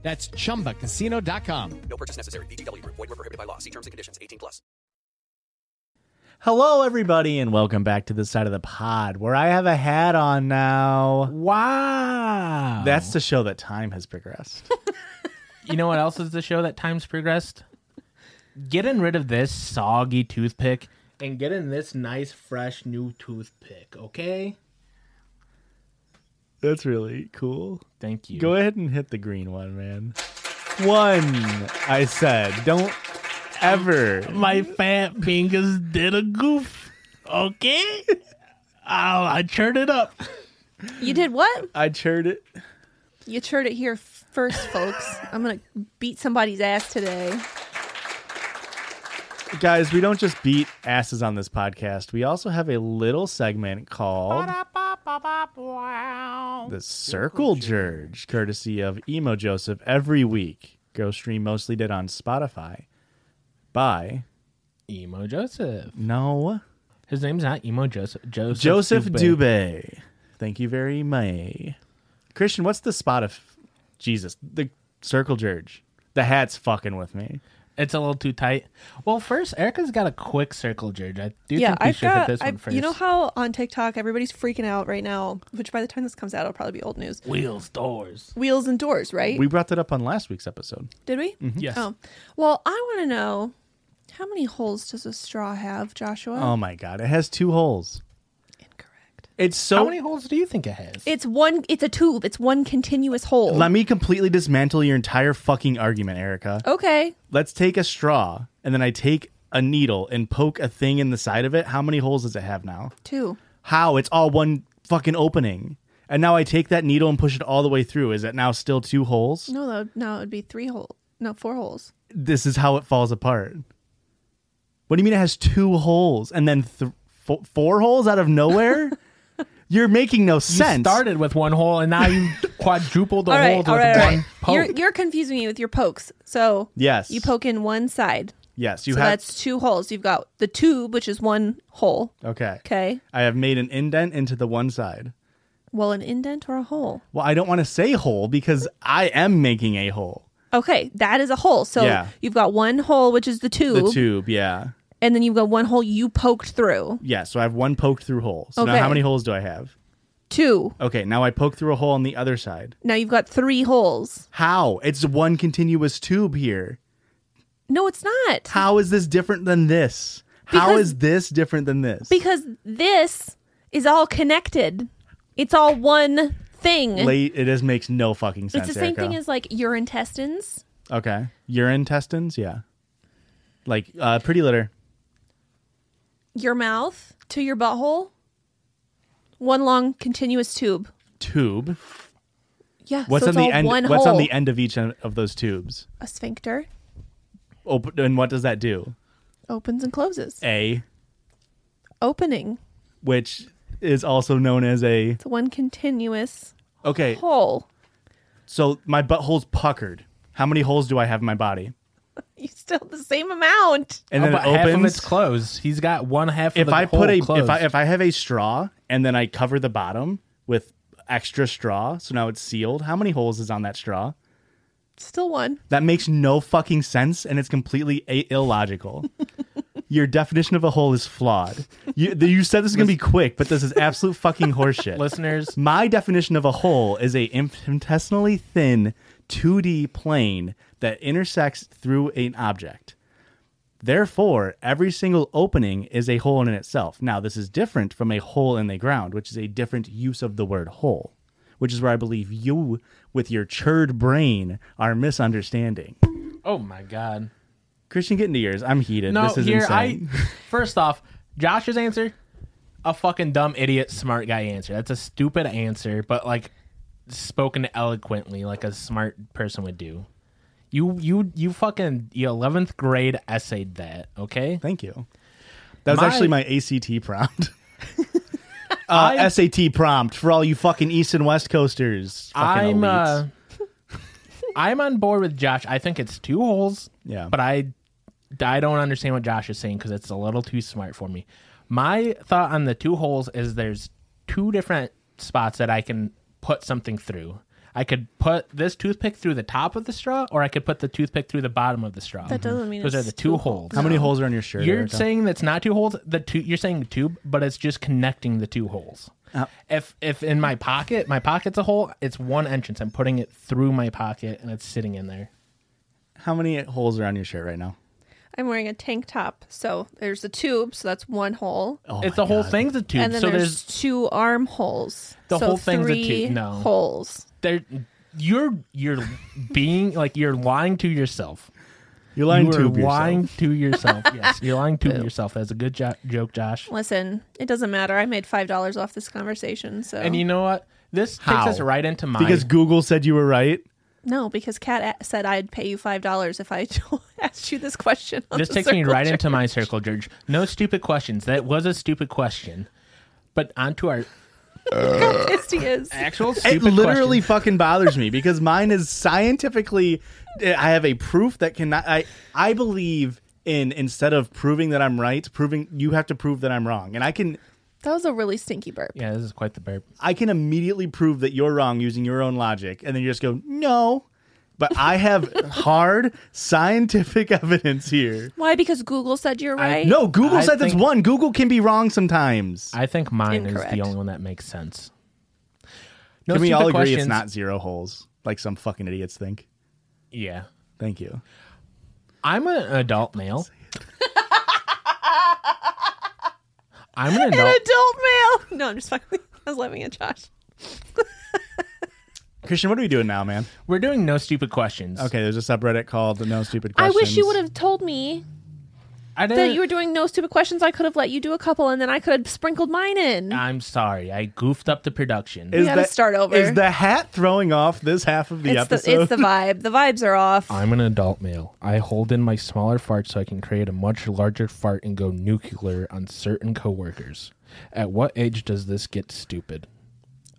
S5: That's chumbacasino.com.
S6: No purchase necessary. VGW Group. Void were prohibited by law. See terms and conditions. 18 plus.
S2: Hello, everybody, and welcome back to this side of the pod where I have a hat on now.
S4: Wow.
S2: That's to show that time has progressed.
S4: you know what else is the show that times progressed? Getting rid of this soggy toothpick and getting this nice, fresh, new toothpick, okay?
S2: [laughs] That's really cool.
S4: Thank you.
S2: Go ahead and hit the green one, man. One, I said. Don't ever.
S4: My fat fingers did a goof, okay? I churned it up.
S3: you did what?
S2: I churned it.
S3: You heard it here first, folks. I'm gonna beat somebody's ass today.
S2: Guys, we don't just beat asses on this podcast. We also have a little segment called The Circle Jerge, courtesy of Emo Joseph every week. Go stream mostly did on Spotify. By
S4: Emo Joseph.
S2: no
S4: His name's not Emo Joseph. Joseph,
S2: Joseph
S4: Dubé.
S2: Dubé. Thank you very much. Christian, what's the Spotify? Jesus, the Circle Jerge. The hat's fucking with me.
S4: It's a little too tight. Well, first, Erica's got a quick circle, George. I do
S3: yeah,
S4: think we
S3: I've
S4: should hit
S3: got.
S4: this one
S3: I've-
S4: first.
S3: you know how on TikTok everybody's freaking out right now, which by the time this comes out, it'll probably be old news.
S4: Wheels, doors.
S3: Wheels and doors, right?
S2: We brought that up on last week's episode.
S3: Did we?
S4: Yes.
S3: Oh, well, I want to know how many holes does a straw have, Joshua?
S2: Oh my god, it has two holes.
S3: Incorrect.
S2: It's so
S4: How many holes do you think it has?
S3: It's one. It's a tube. It's one continuous hole.
S2: Let me completely dismantle your entire fucking argument, Erica.
S3: okay.
S2: Let's take a straw and then I take a needle and poke a thing in the side of it. How many holes does it have now?
S3: Two.
S2: How? It's all one fucking opening. And now I take that needle and push it all the way through. Is it now still two holes?
S3: No, though. No, it'd be three holes. No, four holes.
S2: This is how it falls apart. What do you mean it has two holes and then th- fo- four holes out of
S3: [laughs]
S2: nowhere? You're making no
S4: you
S2: sense.
S4: started with one hole and
S2: [laughs]
S4: now you quadrupled the
S3: all right.
S4: holes
S3: All
S4: with
S3: right. All
S4: one
S3: right.
S4: poke.
S3: You're you're confusing me with your pokes. So
S2: Yes.
S3: you poke in one side.
S2: Yes, you
S3: so
S2: have.
S3: that's two holes. You've got the tube, which is one hole.
S2: Okay.
S3: Okay.
S2: I have made an indent into the one side.
S3: Well, an indent or a hole.
S2: Well, I don't want to say hole because I am making a hole.
S3: Okay, that is a hole. So
S2: Yeah.
S3: you've got one hole, which is the tube,
S2: The tube, yeah.
S3: and then you've got one hole you poked through.
S2: Yeah, so I have one poked through hole. So now
S3: Okay.
S2: how many holes do I have?
S3: Two.
S2: Okay, now I poke through a hole on the other side.
S3: Now you've got three holes.
S2: How? It's one continuous tube here.
S3: No, it's not.
S2: How is this different than this? how
S3: Because-
S2: is this different than this?
S3: Because this is all connected. It's all one thing.
S2: Late, it is makes no fucking sense.
S3: it's the same
S2: Erica.
S3: thing as like your intestines.
S2: okay, your intestines, yeah. Like uh, pretty litter.
S3: your mouth to your butthole, one long continuous tube.
S2: tube.
S3: Yeah.
S2: What's
S3: so
S2: on
S3: it's
S2: the
S3: all
S2: end?
S3: One
S2: What's
S3: hole.
S2: on the end of each of those tubes?
S3: A sphincter
S2: Open, and what does that do?
S3: opens and closes.
S2: A,
S3: Opening.
S2: which is also known as a
S3: It's one continuous
S2: okay.
S3: hole. [laughs]
S2: So my butthole's puckered. How many holes do I have in my body?
S3: You still have the same amount.
S2: And then
S4: About
S2: it
S4: half of
S2: opens.
S4: it's closed. He's got one half of
S2: Oh, if
S4: the
S2: I
S4: hole
S2: put a
S4: closed.
S2: if I if I have a straw and then I cover the bottom with extra straw, so now it's sealed. How many holes is on that straw?
S3: Still one.
S2: That makes no fucking sense, and it's completely a- illogical. [laughs] Your definition of a hole is flawed. You, th- you said this is gonna be quick, but this is absolute fucking
S4: [laughs]
S2: horseshit.
S4: Listeners,
S2: My definition of a hole is a infinitesimally thin 2D plane that intersects through an object. Therefore, every single opening is a hole in itself. Now, this is different from a hole in the ground, which is a different use of the word hole, which is where I believe you, with your churred brain, are misunderstanding.
S4: oh my god.
S2: Christian, get into yours. I'm heated.
S4: No,
S2: this is
S4: here
S2: insane.
S4: I. [laughs] First off, Josh's answer, a fucking dumb idiot, smart guy answer. That's a stupid answer, but like spoken eloquently, like a smart person would do. You you you fucking you eleventh grade essayed that, okay?
S2: Thank you. That was
S4: My-
S2: actually my ACT
S4: [laughs]
S2: prompt. uh, SAT prompt for all you fucking East and West Coasters. Fucking
S4: I'm
S2: elites.
S4: uh, [laughs] I'm on board with Josh. I think it's two holes.
S2: Yeah.
S4: But I I don't understand what Josh is saying because it's a little too smart for me. My thought on the two holes is there's two different spots that I can put something through. I could put this toothpick through the top of the straw, or I could put the toothpick through the bottom of the straw.
S3: That doesn't mean
S4: those
S3: it's
S4: are the two
S3: two
S4: holes.
S2: How many holes are on your shirt?
S4: You're
S2: Erica?
S4: saying that's not two holes. The two you're saying tube, but it's just connecting the two holes.
S2: Uh.
S4: if if in my pocket, my pocket's a hole. It's one entrance. I'm putting it through my pocket, and it's sitting in there.
S2: How many holes are on your shirt right now?
S3: I'm wearing a tank top, so there's the tube, so that's one hole.
S2: Oh
S4: it's
S2: my
S4: the whole
S2: God.
S4: thing's a tube.
S3: and then
S4: so
S3: there's,
S4: there's,
S3: two armholes.
S4: The
S3: so
S4: whole thing's a
S3: three
S4: tube. No.
S3: holes.
S4: there. You're you're being like you're lying to yourself.
S2: You're lying
S4: you
S2: to
S4: are
S2: yourself.
S4: lying
S2: [laughs]
S4: to yourself. yes, you're lying to yourself. That's a good jo- joke, Josh.
S3: Listen, it doesn't matter. I made five dollars off this conversation, so
S4: And you know what? This
S2: How?
S4: takes us right into my
S2: Because Google said you were right.
S3: No, because Kat a- said I'd pay you five dollars if I [laughs] asked you this question. [laughs] on
S4: This
S3: the
S4: takes me
S3: circle
S4: right
S3: jerk.
S4: into my circle, George. No stupid questions. That was a stupid question. But onto our
S3: [laughs] How pissed he is.
S4: actual
S2: It
S4: stupid
S2: literally
S4: questions.
S2: fucking bothers me because mine is scientifically. eh, I have a proof that cannot. I I believe in instead of proving that I'm right, proving you have to prove that I'm wrong, and I can
S3: That was a really stinky burp.
S4: Yeah, this is quite the burp.
S2: I can immediately prove that you're wrong using your own logic, and then you just go no. But I have hard scientific evidence here.
S3: Why? Because Google said you're right.
S2: No, Google
S4: I
S2: said that's
S4: think-
S2: one. Google can be wrong sometimes.
S4: I think mine is
S3: Incorrect.
S4: the only one that makes sense. No
S2: Can we
S4: stupid
S2: all agree
S4: questions.
S2: it's not zero holes like some fucking idiots think?
S4: Yeah.
S2: Thank you.
S4: I'm an
S3: [laughs]
S4: adult male. I'm an
S3: An
S4: adult.
S3: adult male. No, I'm just fucking. [laughs] I was laughing at Josh.
S2: Christian, what are we doing now, man?
S4: We're doing no stupid questions.
S2: Okay, there's a subreddit called the No Stupid
S3: I
S2: Questions.
S3: wish you would have told me
S4: I
S3: that
S4: didn't,
S3: you were doing no stupid questions. I could have let you do a couple, and then I could have sprinkled mine in.
S4: I'm sorry. I goofed up the production.
S2: Is
S3: gotta
S2: that-
S3: start over.
S2: Is the hat throwing off this half of the
S3: it's
S2: episode?
S3: the it's the vibe. The vibes are off.
S4: I'm an adult male. I hold in my smaller fart so I can create a much larger fart and go nuclear on certain coworkers. At what age does this get stupid?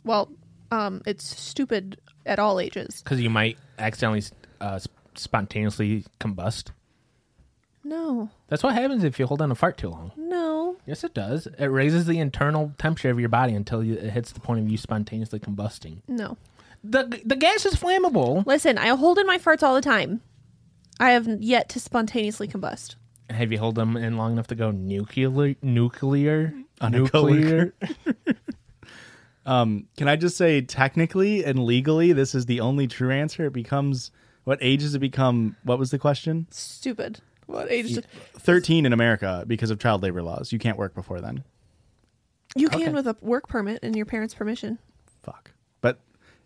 S3: well, um, it's stupid at all ages.
S4: Because you might accidentally uh, sp- spontaneously combust.
S3: No,
S4: That's what happens if you hold on a fart too long.
S3: no.
S4: Yes, it does. It raises the internal temperature of your body until you, it hits the point of you spontaneously combusting.
S3: No.
S4: The the gas is flammable.
S3: Listen, I hold in my farts all the time. I have yet to spontaneously combust.
S4: Have you held them in long enough to go nuclear? Nuclear?
S2: On a coworker. Can I just say, technically and legally, this is the only true answer. It becomes what age does it become? What was the question?
S3: Stupid. What age? did-
S2: Thirteen in America because of child labor laws. You can't work before then.
S3: You can with a work permit and your parents' permission.
S2: Fuck. But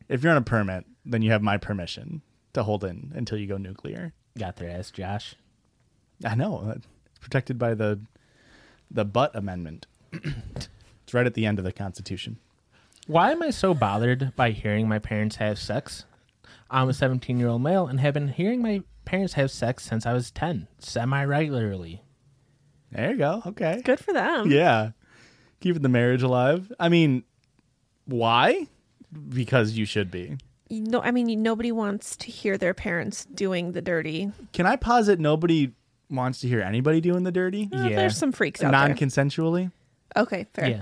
S2: if you're on a permit, then you have my permission to hold in until you go nuclear.
S4: Got their ass, Josh.
S2: I know. It's protected by the the butt amendment. [coughs] it's right at the end of the Constitution.
S4: Why am I so bothered by hearing my parents have sex? I'm a 17 year old male and have been hearing my parents have sex since I was 10, semi regularly.
S2: There you go. Okay.
S3: Good for them.
S2: Yeah. Keeping the marriage alive. I mean, why? Because you should be.
S3: You know, I mean, you- nobody wants to hear their parents doing the dirty.
S2: Can I posit nobody wants to hear anybody doing the dirty
S3: Eh,
S4: Yeah.
S3: There's some freaks out
S2: non consensually?
S3: there. Okay, fair.
S4: Yeah.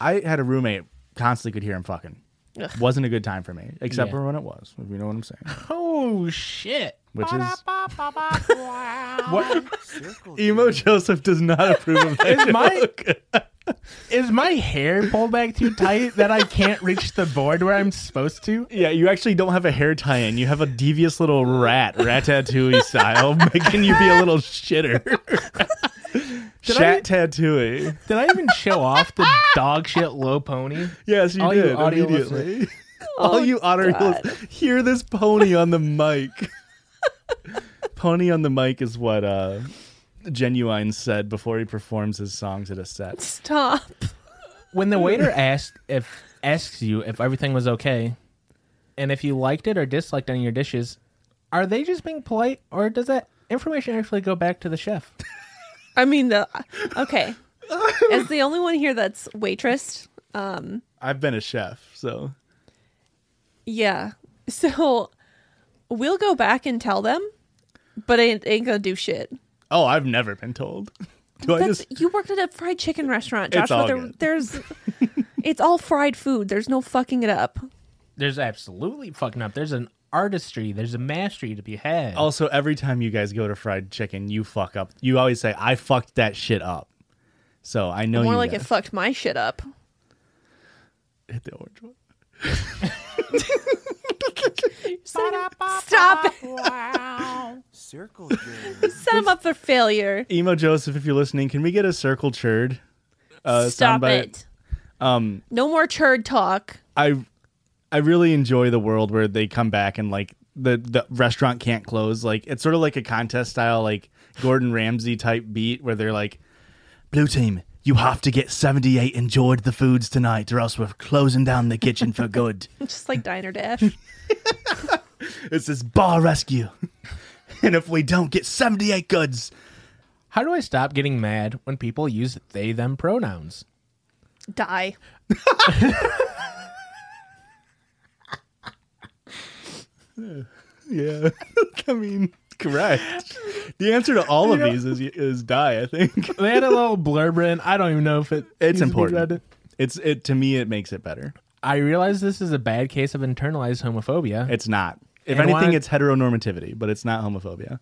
S2: I had a roommate constantly could hear him fucking.
S3: Ugh.
S2: Wasn't a good time for me, except
S4: Yeah.
S2: for when it was, if you know what I'm saying.
S4: Oh, shit.
S2: Which is. what? [laughs] Emo Joseph does not approve of that.
S4: Is my, is my hair pulled back too tight that I can't reach the board where I'm supposed to?
S2: [laughs] Yeah, you actually don't have a hair tie in. You have a devious little rat, ratatouille style, [laughs] making you be a little
S4: [laughs]
S2: shitter.
S4: Did I-
S2: Shat tattooey.
S4: Did I even show off the dog shit low pony?
S2: Yes, you
S4: All you
S2: did
S4: audio
S2: immediately. [laughs]
S3: Oh,
S2: All you audio listeners, hear this pony on the
S3: [laughs]
S2: mic. pony on the mic is what uh, Genuine said before he performs his songs at a set.
S3: Stop.
S4: When the waiter asked if asks you if everything was okay, and if you liked it or disliked any of your dishes, are they just being polite, or does that information actually go back to the chef?
S3: I mean, the okay. As the only one here that's um, waitress,
S2: I've been a chef, so
S3: yeah. So we'll go back and tell them, but it ain't gonna do shit.
S2: oh, I've never been told. [laughs] Do I
S3: That's,
S2: just
S3: you worked at a fried chicken restaurant,
S2: It's
S3: Josh.
S2: all
S3: there,
S2: good. [laughs]
S3: There's, it's all fried food. There's no fucking it up.
S4: There's absolutely fucking up. There's an artistry. There's a mastery to be had.
S2: Also, every time you guys go to fried chicken, you fuck up. You always say, "I fucked that shit up." So I know
S3: More
S2: you
S3: like
S2: guys-
S3: it fucked my shit up.
S2: hit the orange one.
S3: Stop it. [laughs] Set him up for failure.
S2: Emo Joseph, if you're listening, can we get a circle churd? Uh,
S3: Stop
S2: soundbite?
S3: it. Um, no more churd talk.
S2: I I really enjoy the world where they come back and like the the restaurant can't close. Like it's sort of like a contest style, like Gordon Ramsay type beat where they're like, "Blue team, you have to get seventy eight enjoyed the foods [laughs] tonight, or else we're closing down the kitchen for good."
S3: Just like Diner Dash.
S2: It says bar rescue. [laughs] and if we don't get 78 goods,
S4: How do I stop getting mad when people use they them pronouns?
S3: Die.
S2: yeah. [laughs] I mean, correct. The answer to all of these is is die, I think.
S4: They had a little blurb in. I don't even know if it
S2: It's
S4: needs to be
S2: important.
S4: read.
S2: It's it to me it makes it better.
S4: I realize this is a bad case of internalized homophobia.
S2: It's not. If
S4: And
S2: anything,
S4: why-
S2: it's heteronormativity, but it's not homophobia.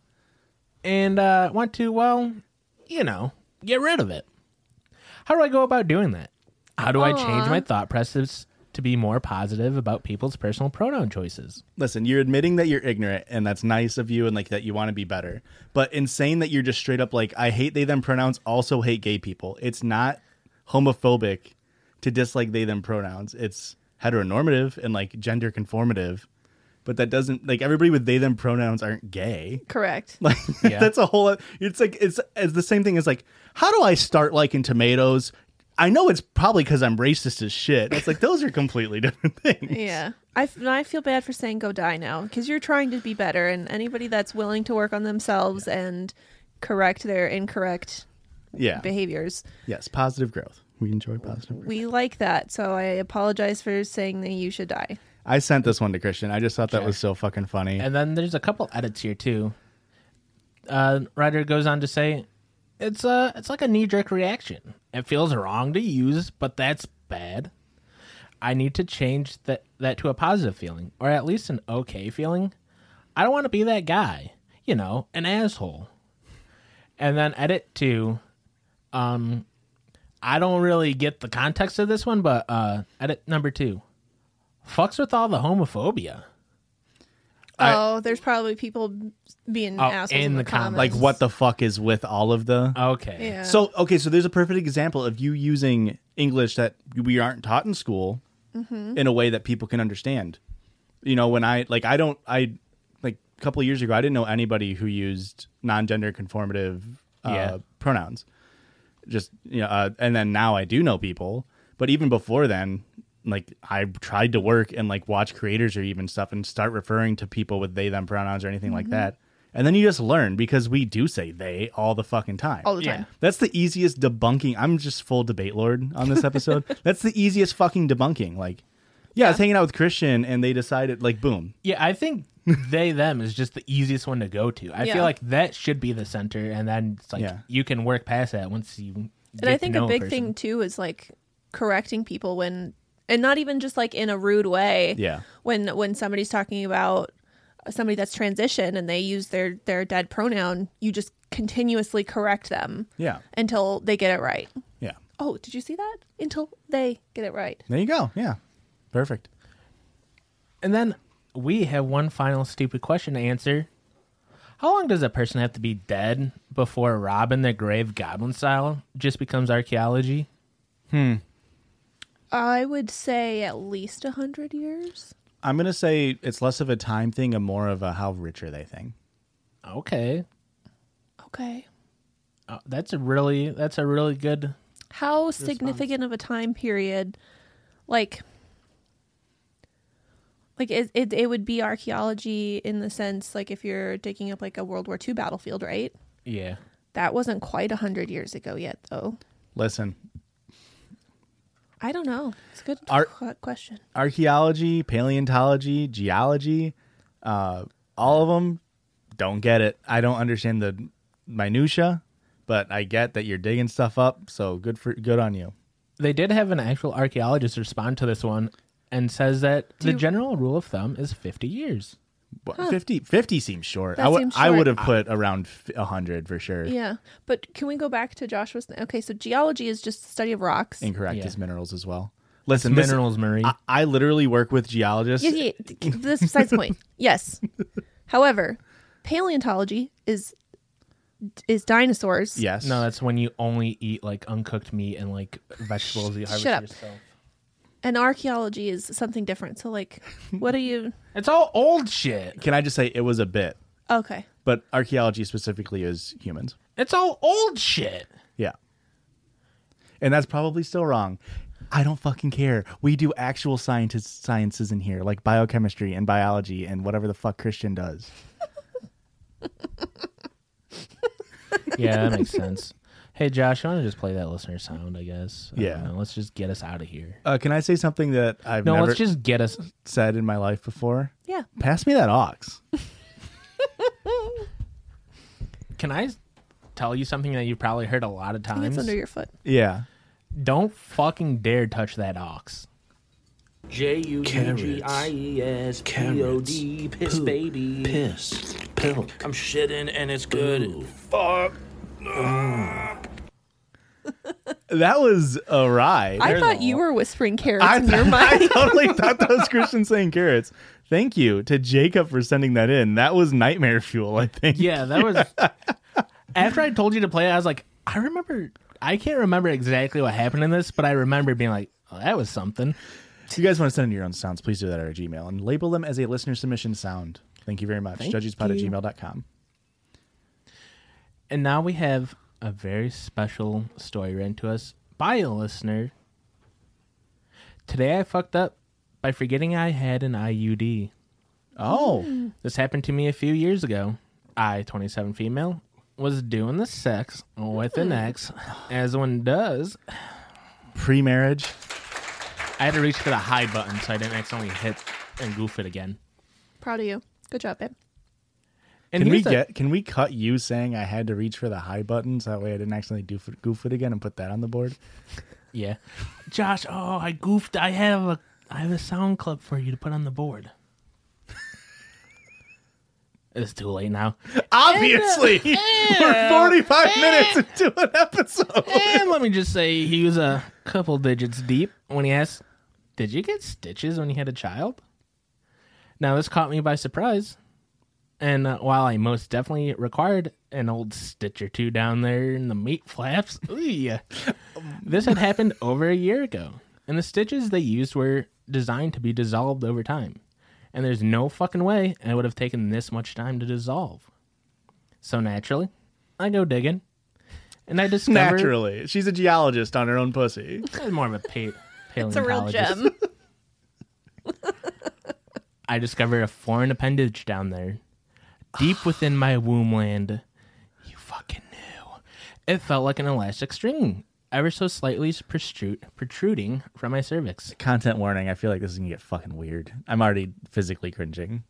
S4: and uh, want to, well, you know, get rid of it. How do I go about doing that? How do I change my thought process to be more positive about people's personal pronoun choices?
S2: Listen, you're admitting that you're ignorant, and that's nice of you, and like that you want to be better. But in saying that you're just straight up like, I hate they them pronouns, also hate gay people. It's not homophobic to dislike they them pronouns. It's heteronormative and like gender conformative. But that doesn't like everybody with they them pronouns aren't gay.
S3: Correct.
S2: [laughs] Like
S4: Yeah.
S2: that's a whole. It's like it's it's the same thing as like how do I start liking tomatoes? I know it's probably because I'm racist as shit. It's like those are completely [laughs] different things.
S3: Yeah. I, f- I feel bad for saying go die now because you're trying to be better, and anybody that's willing to work on themselves and correct their incorrect
S2: Yeah.
S3: behaviors,
S2: Yes, positive growth. We enjoy positive growth.
S3: we like that. So I apologize for saying that you should die.
S2: I sent this one to Christian. I just thought that was so fucking funny.
S4: [laughs] And then there's a couple edits here too. Uh, Ryder goes on to say, "It's uh it's like a knee jerk reaction. It feels wrong to use, but that's bad. I need to change that that to a positive feeling, or at least an okay feeling. I don't want to be that guy, you know, an asshole." And then edit two. Um, I don't really get the context of this one, but uh, edit number two fucks with all the homophobia.
S3: oh, there's probably people being
S4: Oh,
S3: assholes in, the, comments.
S2: like what the fuck is with all of the
S4: Okay.
S3: Yeah.
S2: So okay, so there's a perfect example of you using English that we aren't taught in school in a way that people can understand. You know, when I like I don't I like a couple of years ago I didn't know anybody who used non-gender conformative uh,
S4: Yeah.
S2: pronouns. Just you know, uh, and then now I do know people, but even before then like I tried to work and like watch creators or even stuff and start referring to people with they them pronouns or anything
S3: Mm-hmm.
S2: like that. And then you just learn because we do say they all the fucking time.
S3: all the time.
S2: That's the easiest debunking. I'm just full debate lord on this
S3: [laughs]
S2: episode. That's the easiest fucking debunking. Like, yeah, I was hanging out with Christian and they decided, like, boom.
S4: Yeah, I [laughs] think they them is just the easiest one to go to. I
S3: Yeah.
S4: feel like that should be the center, and then it's like
S2: Yeah.
S4: you can work past that once you. Get
S3: And I think
S4: to know
S3: a big
S4: person.
S3: thing too is like correcting people when, and not even just like in a rude way.
S2: Yeah.
S3: When when somebody's talking about somebody that's transitioned and they use their their dead pronoun, you just continuously correct them
S2: Yeah.
S3: until they get it right.
S2: Yeah.
S3: Oh, did you see that? Until they get it right.
S2: There you go. Yeah. Perfect.
S4: And then we have one final stupid question to answer. How long does a person have to be dead before robbing their grave goblin style just becomes archaeology?
S3: I would say at least a hundred years.
S2: I'm going to say it's less of a time thing and more of a how rich are they thing.
S4: Okay,
S3: Okay.
S4: Uh, that's a really that's a really good.
S3: How significant of a time period, like, like it, it, it would be archaeology in the sense, like if you're digging up like a World War II battlefield, right?
S4: Yeah.
S3: That wasn't quite a hundred years ago yet, though.
S2: Listen,
S3: I don't know. It's a good
S2: Ar-
S3: qu- question.
S2: archaeology, paleontology, geology, uh, all of them don't get it. I don't understand the minutia, but I get that you're digging stuff up. So good for good on you.
S4: they did have an actual archaeologist respond to this one and says that the
S3: you-
S4: general rule of thumb is 50 years.
S2: What, 50, 50 seems short.
S3: That
S2: I would
S3: seems
S2: I
S3: short.
S2: would have put around f- 100 for sure.
S3: Yeah, but can we go back to Joshua's? Okay, so geology is just the study of rocks.
S2: Incorrect
S4: Yeah.
S2: is minerals as well. Listen, this-
S4: Minerals, Marie.
S2: I, I literally work with geologists.
S3: Yeah, yeah, th- th- that's besides the point. Yes. However, paleontology is is dinosaurs.
S2: Yes.
S4: no, that's when you only eat like uncooked meat and like vegetables you harvest
S3: shut up.
S4: yourself.
S3: and archaeology is something different. So like, what are [laughs] you?
S4: It's all old shit.
S2: Can I just say it was a bit,
S3: Okay,
S2: but archaeology specifically is humans.
S4: It's all old shit.
S2: Yeah. And that's probably still wrong. I don't fucking care. We do actual scientists sciences in here, like biochemistry and biology and whatever the fuck Christian does.
S4: Yeah, that [laughs] makes sense. Hey, Josh, you want to just play that listener sound? I guess. I don't
S2: Yeah.
S4: know. Let's just get us out of here.
S2: Uh, can I say something that I've
S4: No,
S2: never
S4: let's just get us.
S2: said in my life before?
S3: Yeah.
S2: Pass me that
S4: [laughs]
S2: ox.
S4: Can I tell you something that you've probably heard a lot of
S3: I think
S4: times?
S3: it's under your foot.
S2: Yeah.
S4: Don't fucking dare touch that ox.
S7: J U G G I E S P O D piss baby piss pill. I'm shitting and it's good.
S2: That was a ride.
S3: I thought you were whispering carrots
S2: I,
S3: in
S2: I
S3: your [laughs] mind.
S2: [laughs] totally thought that was Christian saying carrots. Thank you to Jacob for sending that in. That was nightmare fuel, I think.
S4: Yeah, that was. [laughs] after I told you to play it, I was like, I remember. I can't remember exactly what happened in this, but I remember being like, oh, that was something.
S2: If you guys want to send in your own sounds, please do that at our Gmail and label them as a listener submission sound. Thank you very much. Judgespot at gmail.com.
S4: And now we have a very special story written to us by a listener. Today I fucked up by forgetting I had an IUD.
S2: Oh,
S4: This happened to me a few years ago. I, 27 female, was doing the sex with
S2: Hmm.
S4: an ex, as one does.
S2: pre marriage.
S4: I had to reach for the hide button so I didn't accidentally hit and goof it again.
S3: Proud of you. Good job, babe.
S4: And
S2: Can we
S4: here's the-
S2: get? Can we cut you saying I had to reach for the high buttons? That way I didn't accidentally doof it, goof it again and put that on the board.
S4: Yeah. Josh, oh, I goofed. I have a I have a sound clip for you to put on the [laughs] board. it's too late now.
S2: Obviously,
S4: uh,
S2: [laughs] we're forty-five minutes into an episode.
S4: And let me just say he was a couple digits deep when he asked, "Did you get stitches when you had a child?" Now this caught me by surprise. And uh, while I most definitely required an old stitch or two down there in the meat flaps, [laughs] ooh, yeah. this had happened over a year ago, and the stitches they used were designed to be dissolved over time. And there's no fucking way it would have taken this much time to dissolve. So naturally, I go digging, and I discover
S2: Naturally, she's a geologist on her own pussy.
S4: I'm more of a pa-
S3: [laughs] It's a real
S4: paleontologist.
S3: [laughs] gem.
S4: I discovered a foreign appendage down there,
S3: [sighs]
S4: deep within my womb land. You fucking knew. It felt like an elastic string, ever so slightly protrude, protruding from my cervix.
S2: Content warning. I feel like this is gonna get fucking weird. I'm already physically cringing.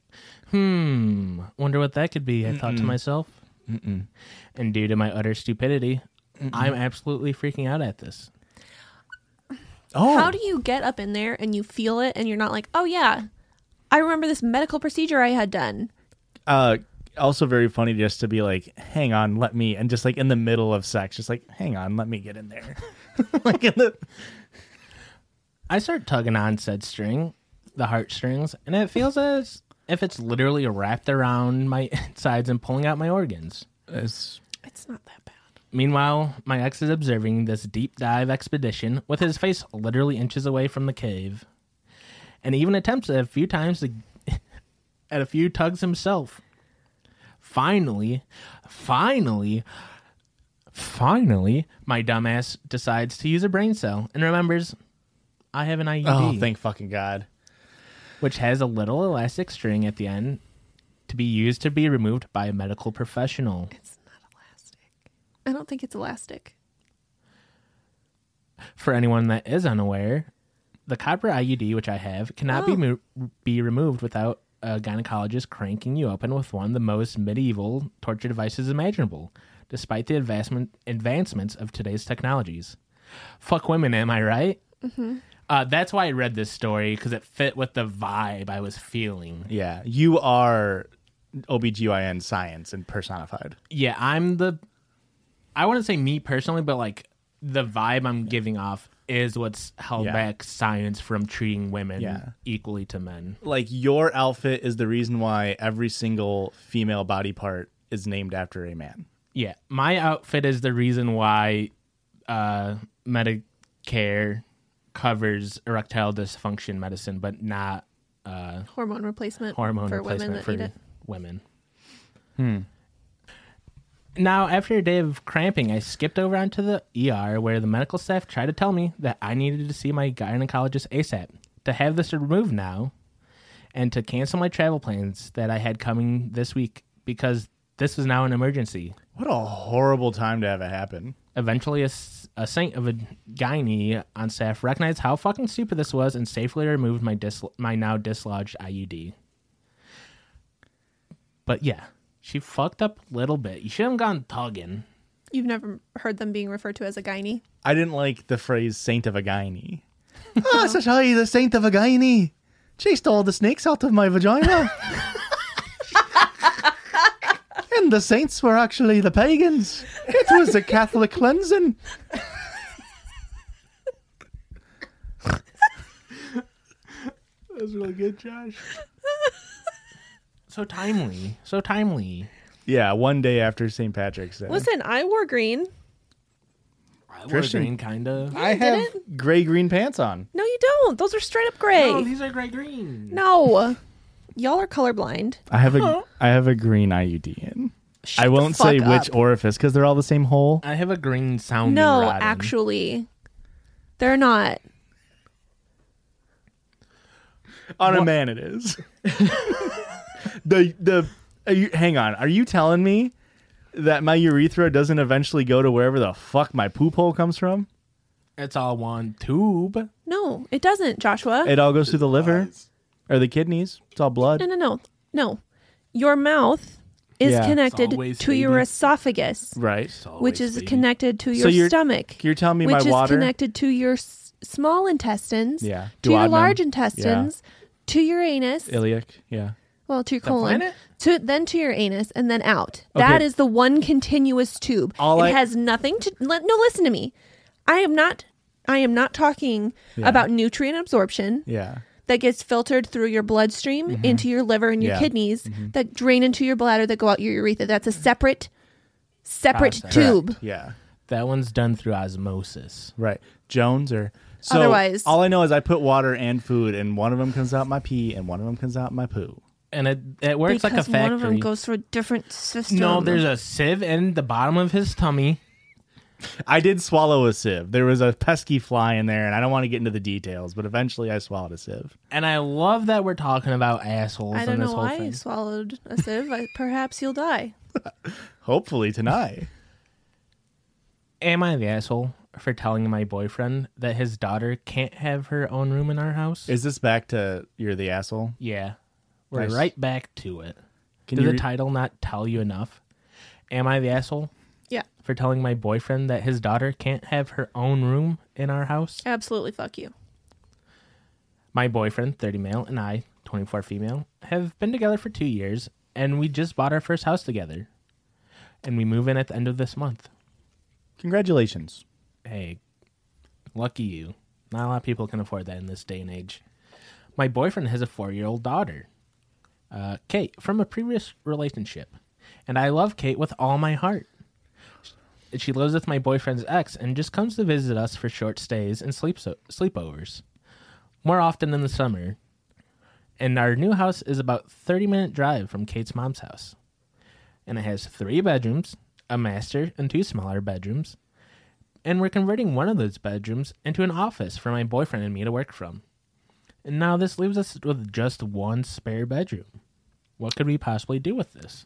S4: Hmm. Wonder what that could be. I thought to myself. And due to my utter stupidity, I'm absolutely freaking out at this.
S2: Oh,
S3: How do you get up in there and you feel it and you're not like, oh yeah, I remember this medical procedure I had done.
S2: uh also very funny just to be like hang on let me and just like in the middle of sex just like hang on let me get in there [laughs] like in the
S4: I start tugging on said string, the heartstrings, and it feels as if it's literally wrapped around my [laughs] insides and pulling out my organs.
S3: It's not that bad.
S4: Meanwhile, my ex is observing this deep dive expedition with his face literally inches away from the cave, and even attempts at a few times to, [laughs] at a few tugs himself. Finally, finally, finally, my dumbass decides to use a brain cell and remembers I have an IUD
S2: oh thank fucking god
S4: which has a little elastic string at the end to be used to be removed by a medical professional.
S3: I don't think it's elastic.
S4: For anyone that is unaware, the copper IUD which I have cannot be mo- be removed without a gynecologist cranking you open with one of the most medieval torture devices imaginable, despite the advancement advancements of today's technologies. Fuck women, am I right? Uh, that's why I read this story because it fit with the vibe I was feeling.
S2: yeah you are obgyn science and personified
S4: yeah, I'm the I wouldn't say me personally, but like the vibe I'm giving off is what's held
S2: Yeah.
S4: back science from treating women
S2: Yeah.
S4: equally to men.
S2: like your outfit is the reason why every single female body part is named after a man
S4: Yeah. My outfit is the reason why uh Medicare covers erectile dysfunction medicine, but not
S3: Hormone replacement.
S4: hormone
S3: for
S4: replacement
S3: women that
S4: for
S3: need it.
S4: women. Hmm. Now, after a day of cramping, I skipped over onto the ER where the medical staff tried to tell me that I needed to see my gynecologist ASAP to have this removed now and to cancel my travel plans that I had coming this week because this was now an emergency.
S2: What a horrible time to have it happen.
S4: Eventually, a, s- a saint of a gynae on staff recognized how fucking stupid this was and safely removed my dis- my now dislodged IUD. But yeah, she fucked up a little bit. You should have gone tugging.
S3: You've never heard them being referred to as a gynae.
S2: I didn't like the phrase "saint of a gynae." [laughs] Ah, such I, the saint of a gynae, chased all the snakes out of my [laughs] vagina. and the saints were actually the pagans. It was a Catholic cleansing.
S4: That was really good, Josh. so timely. So timely.
S2: Yeah, one day after St. Patrick's Day.
S3: Listen, I wore green.
S4: I
S2: Christian.
S4: green, kind of.
S2: I have gray green pants on.
S3: No, you don't. Those are straight up gray.
S4: Oh, these are gray green.
S3: No. Y'all are colorblind.
S2: I have a I have a green IUD in. I
S3: the
S2: won't say
S3: fuck
S2: which
S3: up.
S2: orifice because they're all the same hole.
S4: I have a green sound.
S3: No,
S4: rotten.
S3: actually. They're not.
S2: On a man, it is. [laughs] the the are you, hang on. Are you telling me that my urethra doesn't eventually go to wherever the fuck my poop hole comes from?
S4: it's all one tube.
S3: No, it doesn't, Joshua.
S2: It all goes through the liver or the kidneys. It's all blood.
S3: no, no, no. No. Your mouth is
S2: Yeah. It's
S3: connected
S4: always
S3: to your
S4: baby.
S3: esophagus,
S2: Right.
S3: which is connected to
S2: So
S3: your
S2: you're-
S3: stomach,
S2: You're telling me
S3: which
S2: my
S3: is
S2: water.
S3: connected to your s- small intestines,
S2: Yeah.
S3: to your
S2: Duodenum.
S3: large
S2: Yeah.
S3: intestines, to your anus,
S2: Iliac. Yeah.
S3: well, to your colon,
S4: planet?
S3: to then to your anus, and then out. That
S2: Okay.
S3: is the one continuous tube.
S2: All
S3: it
S2: I-
S3: has nothing to. Let, no, listen to me. I am not. I am not talking about nutrient absorption
S2: Yeah.
S3: that gets filtered through your bloodstream
S4: Mm-hmm.
S3: into your liver and your
S2: Yeah.
S3: kidneys that drain into your bladder that go out your urethra. That's a separate, separate tube.
S2: Yeah.
S4: That one's done through osmosis.
S2: Right. Jones or so
S3: Otherwise-
S2: all I know is I put water and food and one of them comes out my pee and one of them comes out my poo.
S4: And it, it works like a
S3: because
S4: factory.
S3: one of them goes through a different system.
S4: no, there's a sieve in the bottom of his tummy.
S2: I did swallow a sieve. There was a pesky fly in there and I don't want to get into the details, but eventually I swallowed a sieve.
S4: And I love that we're talking about assholes
S3: I don't
S4: in this
S3: know
S4: whole
S3: why
S4: thing.
S3: you swallowed a sieve. I, perhaps you'll die.
S2: Hopefully tonight.
S4: Am I the asshole for telling my boyfriend that his daughter can't have her own room in our
S2: [laughs]
S4: house?
S2: is this back to you're the asshole?
S4: Yeah. We're
S2: Nice.
S4: right back to it.
S2: Can
S4: Did
S2: you
S4: the
S2: re-
S4: title not tell you enough? Am I the asshole
S3: Yeah,
S4: for telling my boyfriend that his daughter can't have her own room in our house?
S3: absolutely. Fuck you.
S4: My boyfriend, 30 male, and I, 24 female, have been together for two years, and we just bought our first house together. And we move in at the end of this month.
S2: Congratulations.
S4: hey, lucky you. Not a lot of people can afford that in this day and age. My boyfriend has a four year old daughter, uh, Kate, from a previous relationship. And I love Kate with all my heart. She lives with my boyfriend's ex and just comes to visit us for short stays and sleep sleepovers, more often in the summer. And our new house is about 30 minute drive from Kate's mom's house. And it has three bedrooms, a master, and two smaller bedrooms and we're converting one of those bedrooms into an office for my boyfriend and me to work from. And now this leaves us with just one spare bedroom. What could we possibly do with this?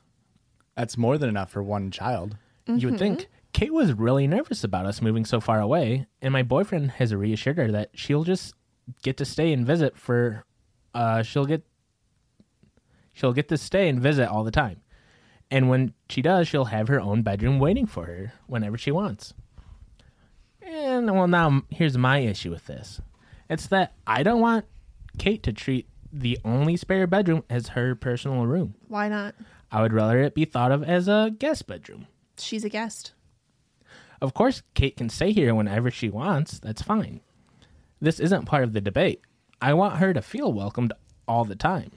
S2: That's more than enough for one child.
S4: You would think Kate was really nervous about us moving so far away, and my boyfriend has reassured her that she'll just get to stay and visit for uh she'll get she'll get to stay and visit all the time. And when she does, she'll have her own bedroom waiting for her whenever she wants. And well now here's my issue with this. It's that I don't want Kate to treat the only spare bedroom as her personal room.
S3: Why not?
S4: I would rather it be thought of as a guest bedroom.
S3: She's a guest.
S4: Of course, Kate can stay here whenever she wants. That's fine. This isn't part of the debate. I want her to feel welcomed all the time.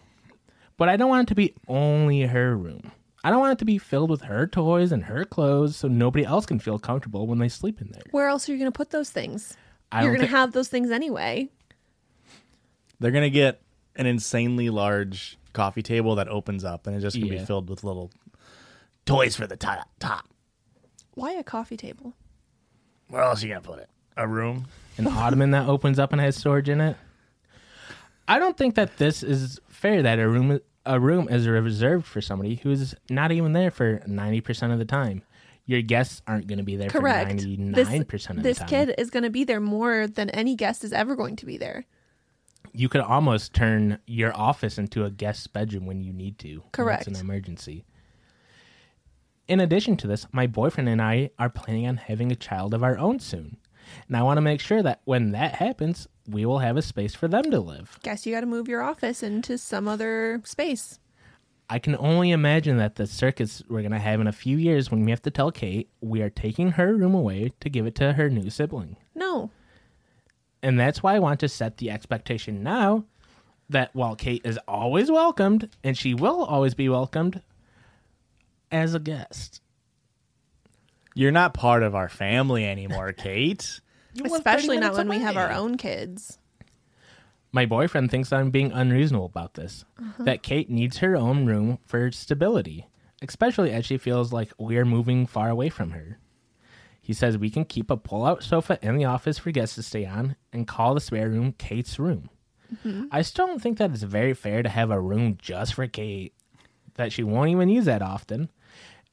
S4: But I don't want it to be only her room. I don't want it to be filled with her toys and her clothes so nobody else can feel comfortable when they sleep in there.
S3: Where else are you going to put those things?
S4: I
S3: You're
S4: don't
S3: going to
S4: thi-
S3: have those things anyway.
S2: They're gonna get an insanely large coffee table that opens up and it's just gonna
S4: Yeah.
S2: be filled with little toys for the top top.
S3: Why a coffee table?
S2: Where else you gonna put it? A room.
S4: an ottoman that opens up and has storage in it. I don't think that this is fair that a room a room is reserved for somebody who's not even there for 90% of the time. Your guests aren't going to be there
S3: Correct.
S4: for
S3: This-
S4: 99% of
S3: this
S4: the time.
S3: kid is going to be there more than any guest is ever going to be there.
S4: you could almost turn your office into a guest bedroom when you need to.
S3: Correct.
S4: It's an emergency. In addition to this, my boyfriend and I are planning on having a child of our own soon. And I want to make sure that when that happens, we will have a space for them to live.
S3: Guess you got to move your office into some other space.
S4: I can only imagine that the circus we're going to have in a few years when we have to tell Kate we are taking her room away to give it to her new sibling.
S3: No.
S4: And that's why I want to set the expectation now that while Kate is always welcomed, and she will always be welcomed as a guest.
S2: You're not part of our family [laughs] anymore, Kate.
S3: Especially not when we have our own kids.
S4: My boyfriend thinks I'm being unreasonable about this. That Kate needs her own room for stability, especially as she feels like we're moving far away from her. He says we can keep a pull out sofa in the office for guests to stay on and call the spare room Kate's room. I still don't think that it's very fair to have a room just for Kate that she won't even use that often.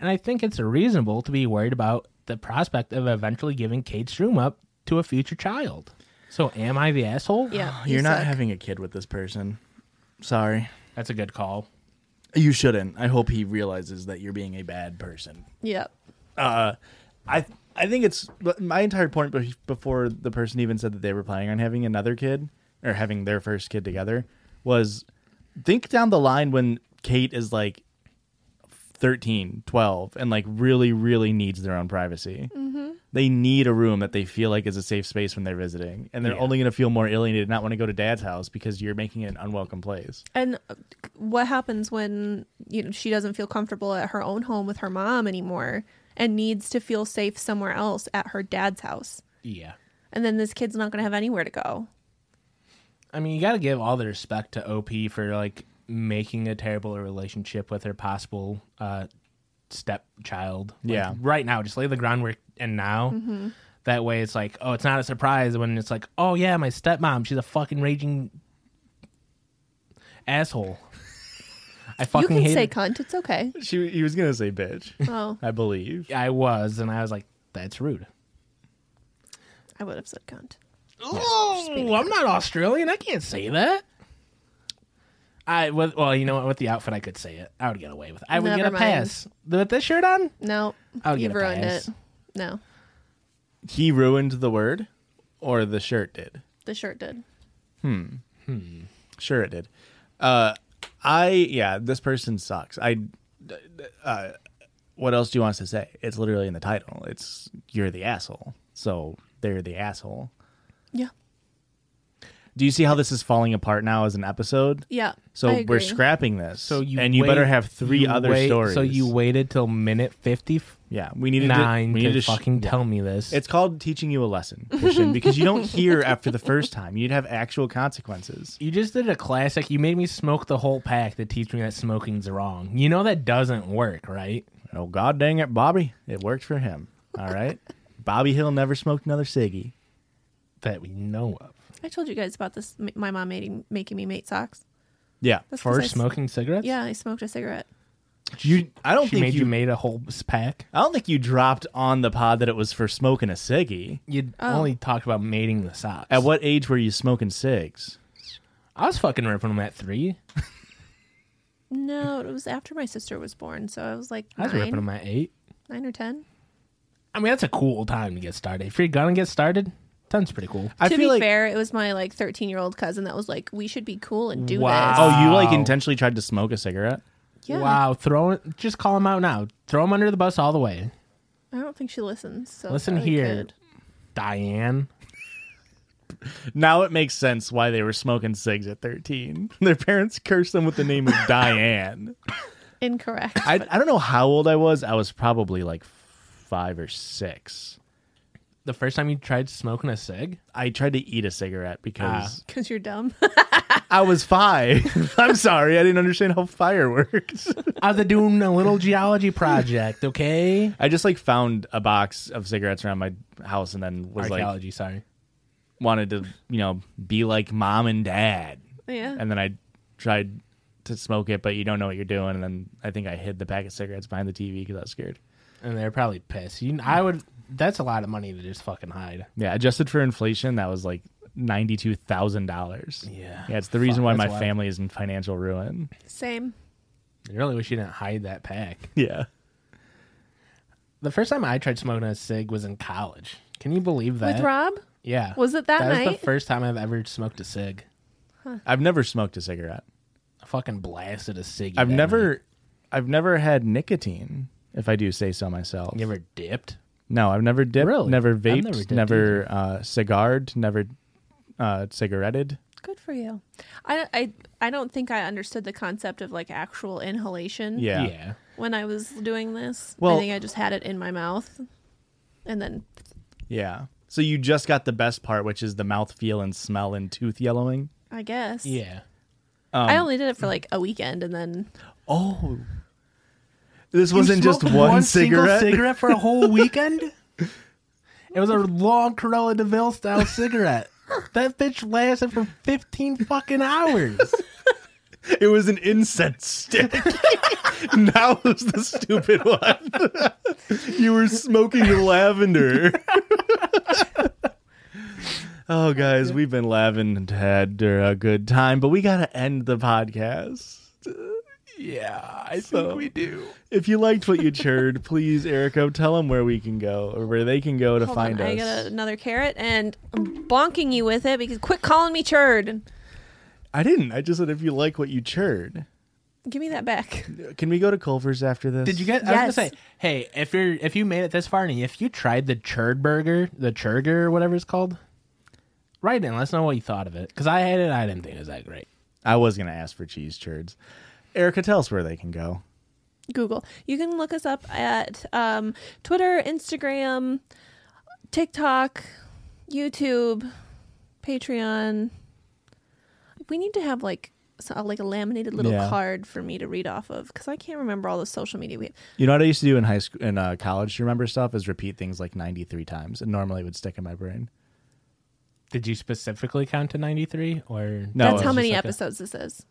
S4: And I think it's reasonable to be worried about the prospect of eventually giving Kate's room up to a future child. So am I the asshole?
S3: Yeah. you
S2: You're not
S3: suck.
S2: having a kid with this person. Sorry.
S4: That's a good call.
S2: You shouldn't. I hope he realizes that you're being a bad person.
S3: Yep.
S2: I I think it's but my entire point be- before the person even said that they were planning on having another kid or having their first kid together was think down the line when Kate is like 13, 12 and like really really needs their own privacy. They need a room that they feel like is a safe space when they're visiting and they're only going to feel more alienated and not want to go to dad's house because you're making it an unwelcome place.
S3: And uh, what happens when you know she doesn't feel comfortable at her own home with her mom anymore and needs to feel safe somewhere else at her dad's house?
S4: Yeah.
S3: And then this kid's not going to have anywhere to go.
S4: I mean, you got to give all the respect to OP for like making a terrible relationship with her possible uh, stepchild. Like,
S2: Yeah.
S4: Right now, just lay the groundwork and now.
S3: Mm-hmm.
S4: That way, it's like, oh, it's not a surprise when it's like, oh, yeah, my stepmom, she's a fucking raging asshole. I
S3: You
S4: fucking
S3: can
S4: hate
S3: say
S4: it.
S3: cunt. It's okay.
S2: She he was going to say bitch.
S3: Oh,
S2: I believe.
S4: I was, and I was like, that's rude.
S3: I would have said cunt.
S4: Oh, I'm not Australian. I can't say that. I with, well, you know what? With the outfit, I could say it. I would get away with. it. I would
S3: Never
S4: get a
S3: mind.
S4: pass with this shirt on.
S3: No,
S4: I'll get
S3: you've
S4: a
S3: ruined
S4: pass.
S3: it. No,
S2: He ruined the word or the shirt did.
S3: the shirt did.
S2: Sure, it did. Uh, I yeah, this person sucks. I. Uh, what else do you want us to say? It's literally in the title. It's you're the asshole. So they're the asshole.
S3: Yeah,
S2: Do you see how this is falling apart now as an episode?
S3: yeah. I
S2: So
S3: agree.
S2: we're scrapping this.
S4: So you
S2: and you
S4: wait-
S2: better have three
S4: you
S2: other
S4: wait-
S2: stories.
S4: So you waited till minute fifty
S2: yeah. We needed
S4: nine
S2: To, we
S4: to,
S2: needed to sh-
S4: fucking
S2: yeah.
S4: tell me this.
S2: It's called teaching you a lesson, Christian, because you
S3: [laughs]
S2: don't hear after the first time. You'd have actual consequences.
S4: you just did a classic. You made me smoke the whole pack to teach me that smoking's wrong. You know that doesn't work, right?
S2: Oh God dang it, Bobby! It worked for him. All [laughs] right, Bobby Hill never smoked another ciggy.
S4: That we know of.
S3: I told you guys about this. m- My mom making making me mate socks.
S2: Yeah,
S3: That's 'cause
S4: For
S3: I s-
S4: smoking cigarettes.
S3: Yeah, I smoked a cigarette.
S2: you. I don't
S4: She
S2: think
S4: made
S2: you,
S4: you, made a whole s- pack.
S2: I don't think you dropped on the pod that it was for smoking a ciggy.
S4: You
S3: Oh.
S4: only talked about mating the socks.
S2: At what age were you smoking cigs?
S4: I was fucking ripping them at three.
S3: No, it was after my sister was born, so I was like
S4: I was ripping
S3: nine,
S4: them at eight.
S3: nine or ten.
S4: I mean, that's a cool time to get started. If you're gonna get started, ten's pretty cool.
S2: I
S3: to be
S2: feel like.
S3: fair, it was my like thirteen year old cousin that was like, "We should be cool and do
S4: Wow.
S2: Oh, you like
S4: Wow.
S2: intentionally tried to smoke a cigarette?
S3: this." Yeah,
S4: Wow, throw it. Just call them out now. Throw them under the bus all the way,
S3: I don't think she listens. So
S4: Listen
S3: probably
S4: here.
S3: could.
S4: Diane.
S2: Now it makes sense why they were smoking cigs at 13. [laughs] Their parents cursed them with the [laughs] name of Diane.
S3: Incorrect. [laughs]
S2: I, I don't know how old I was. I was probably like five or six.
S4: the first time you tried smoking a cig?
S2: I tried to eat a cigarette because
S3: because you're dumb. [laughs]
S2: I was five. [laughs] I'm sorry, I didn't understand how fire works.
S4: I was doing a little geology project, okay?
S2: [laughs] I just like found a box of cigarettes around my house and then [laughs] was like
S4: Archaeology, sorry.
S2: wanted to, you know, be like mom and dad.
S3: yeah.
S2: And then I tried to smoke it, but you don't know what you're doing. And then I think I hid the packet of cigarettes behind the TV because I was scared.
S4: And they're probably pissed. You, I would. That's a lot of money to just fucking hide.
S2: Yeah, adjusted for inflation, that was like ninety-two thousand dollars.
S4: Yeah.
S2: yeah, it's the reason
S4: Fuck,
S2: why
S4: that's
S2: my
S4: a lot.
S2: family is in financial ruin.
S3: Same.
S4: I really wish you didn't hide that pack.
S2: Yeah,
S4: The first time I tried smoking a cig was in college. Can you believe that?
S3: With Rob?
S4: Yeah.
S3: Was it that
S4: That was
S3: night?
S4: the first time I've ever smoked a cig.
S2: I've never smoked a cigarette.
S4: I fucking blasted a cig.
S2: I've
S4: that
S2: never,
S4: night.
S2: I've never had nicotine. If I do say so myself,
S4: You ever dipped?
S2: no, I've never dipped,
S4: Really?
S2: never
S4: I've
S2: vaped,
S4: never dipped
S2: never, uh, cigared, never uh, cigaretted.
S3: Good for you. I, I, I don't think I understood the concept of like actual inhalation
S2: Yeah.
S3: when I was doing this.
S2: Well-
S3: I think I just had it in my mouth and then
S2: yeah. So you just got the best part, which is the mouth feel and smell and tooth yellowing.
S3: I guess.
S4: Yeah.
S2: Um,
S3: I only did it for like a weekend and then
S2: Oh. This wasn't just one, cigarette.
S4: cigarette for
S2: [laughs]
S4: a whole weekend. it was a long Corolla Deville style cigarette. That bitch lasted for fifteen fucking hours.
S2: It was an incense stick. [laughs] now was the stupid one. [laughs] you were smoking lavender. [laughs] oh, guys, we've been laughing and had uh, a good time, but we got to end the podcast.
S4: yeah, I
S2: So-
S4: think we do.
S2: If you liked what you heard, please, Erico, tell them where we can go or where they can go to
S3: hold
S2: find
S3: on,
S2: us.
S3: I got another carrot and I'm bonking you with it because quit calling me churd.
S2: I didn't. I just said if you like what you churred,
S3: Give me that back.
S2: can we go to Culver's after this?
S4: Did you get? I was
S3: Yes.
S4: gonna say, hey, if you're if you made it this far and if you tried the churd burger, the churger or whatever it's called, write in. Let us know what you thought of it because I had it. I didn't think it was that great.
S2: I was gonna ask for cheese churds. Erica, tell us where they can go.
S3: Google. You can look us up at um, Twitter, Instagram, TikTok, YouTube, Patreon. We need to have like so, like a laminated little
S2: Yeah.
S3: card for me to read off of because I can't remember all the social media we have.
S2: You know what I used to do in high school, in uh, college to remember stuff is repeat things like 93 times. It normally would stick in my brain.
S4: Did you specifically count to ninety three or
S2: No,
S3: That's
S2: it
S3: how
S2: was
S3: many
S4: just like a-
S3: episodes this is.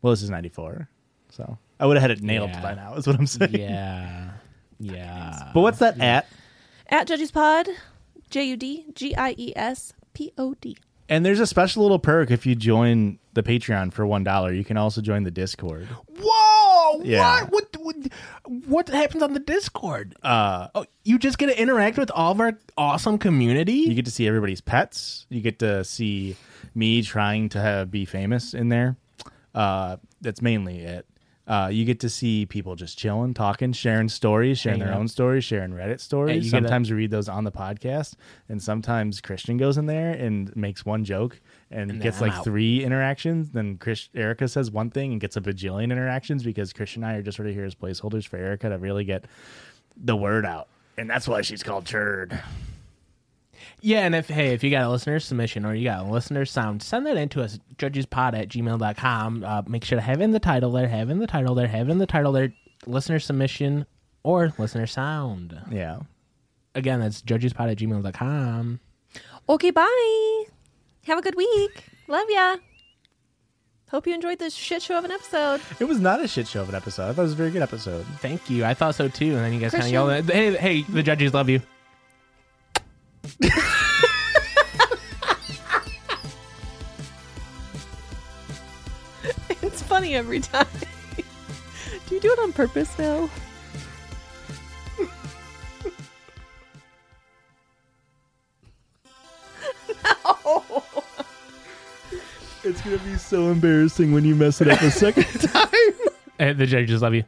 S2: Well, this is 94. So I would have had it nailed
S4: Yeah.
S2: by now, is what I'm saying.
S4: [laughs] Yeah, yeah.
S2: [laughs] But what's that at?
S3: At Judges Pod, J U D G I E S P O D.
S2: And there's a special little perk if you join the Patreon for $1. You can also join the Discord.
S4: Whoa!
S2: Yeah.
S4: What? What? What, what happens on the Discord? Uh, oh, you just get to interact with all of our awesome
S2: You
S4: community.
S2: get to see everybody's pets. You get to see me trying to have, be famous in there. Uh, that's mainly it. Uh, you get to see people just chilling, talking, sharing stories, sharing
S4: Hanging
S2: their
S4: out.
S2: own stories, sharing Reddit stories.
S4: you get a-
S2: sometimes we read those on the podcast, and sometimes Christian goes in there and makes one joke and,
S4: then
S2: gets
S4: I'm
S2: like
S4: out.
S2: three interactions. Then Chris, Erica says one thing and gets a bajillion interactions because Christian and I are just sort of here as placeholders for Erica to really get the word out, and that's why she's called Churd.
S4: Yeah, and if hey, if you got a listener submission or you got a listener sound, send that in to us, judgespod at gmail.com. Uh, make sure to have in the title there, have in the title there, have in the title there, listener submission or listener sound.
S2: Yeah.
S4: Again, that's judgespod at gmail.com.
S3: Okay, bye. Have a good week. Love ya. Hope you enjoyed this shit show of an episode.
S2: It was not a shit show of an episode. I thought it was a very good episode.
S4: Thank you. I thought so too. And then you guys kind of yelled at Hey, hey, the judges love you.
S3: [laughs] It's funny every time. [laughs] do you do it on purpose now?
S2: It's gonna be so embarrassing when you mess it up a [laughs] second time.
S4: Hey, the judges love you.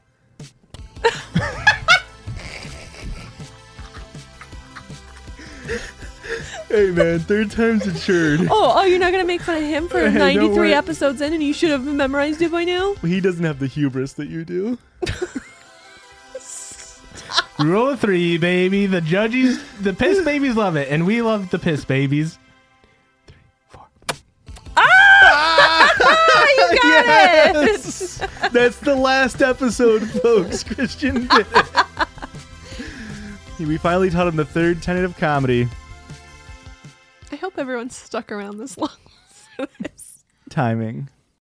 S2: hey man, third time's a churn.
S3: Oh, oh, you're not gonna make fun of him for
S2: Hey, don't
S3: 93
S2: worry.
S3: episodes in, and you should have memorized it by now.
S2: He doesn't have the hubris that you do.
S4: Rule of three, baby. The judges, the piss babies love it, and we love the piss babies.
S3: you got it.
S2: Yes! That's the last episode, folks. Christian did
S3: [laughs]
S2: it. We finally taught him the third tenet of comedy.
S3: I hope everyone's stuck around this long. for this.
S2: Timing.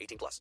S6: 18 plus.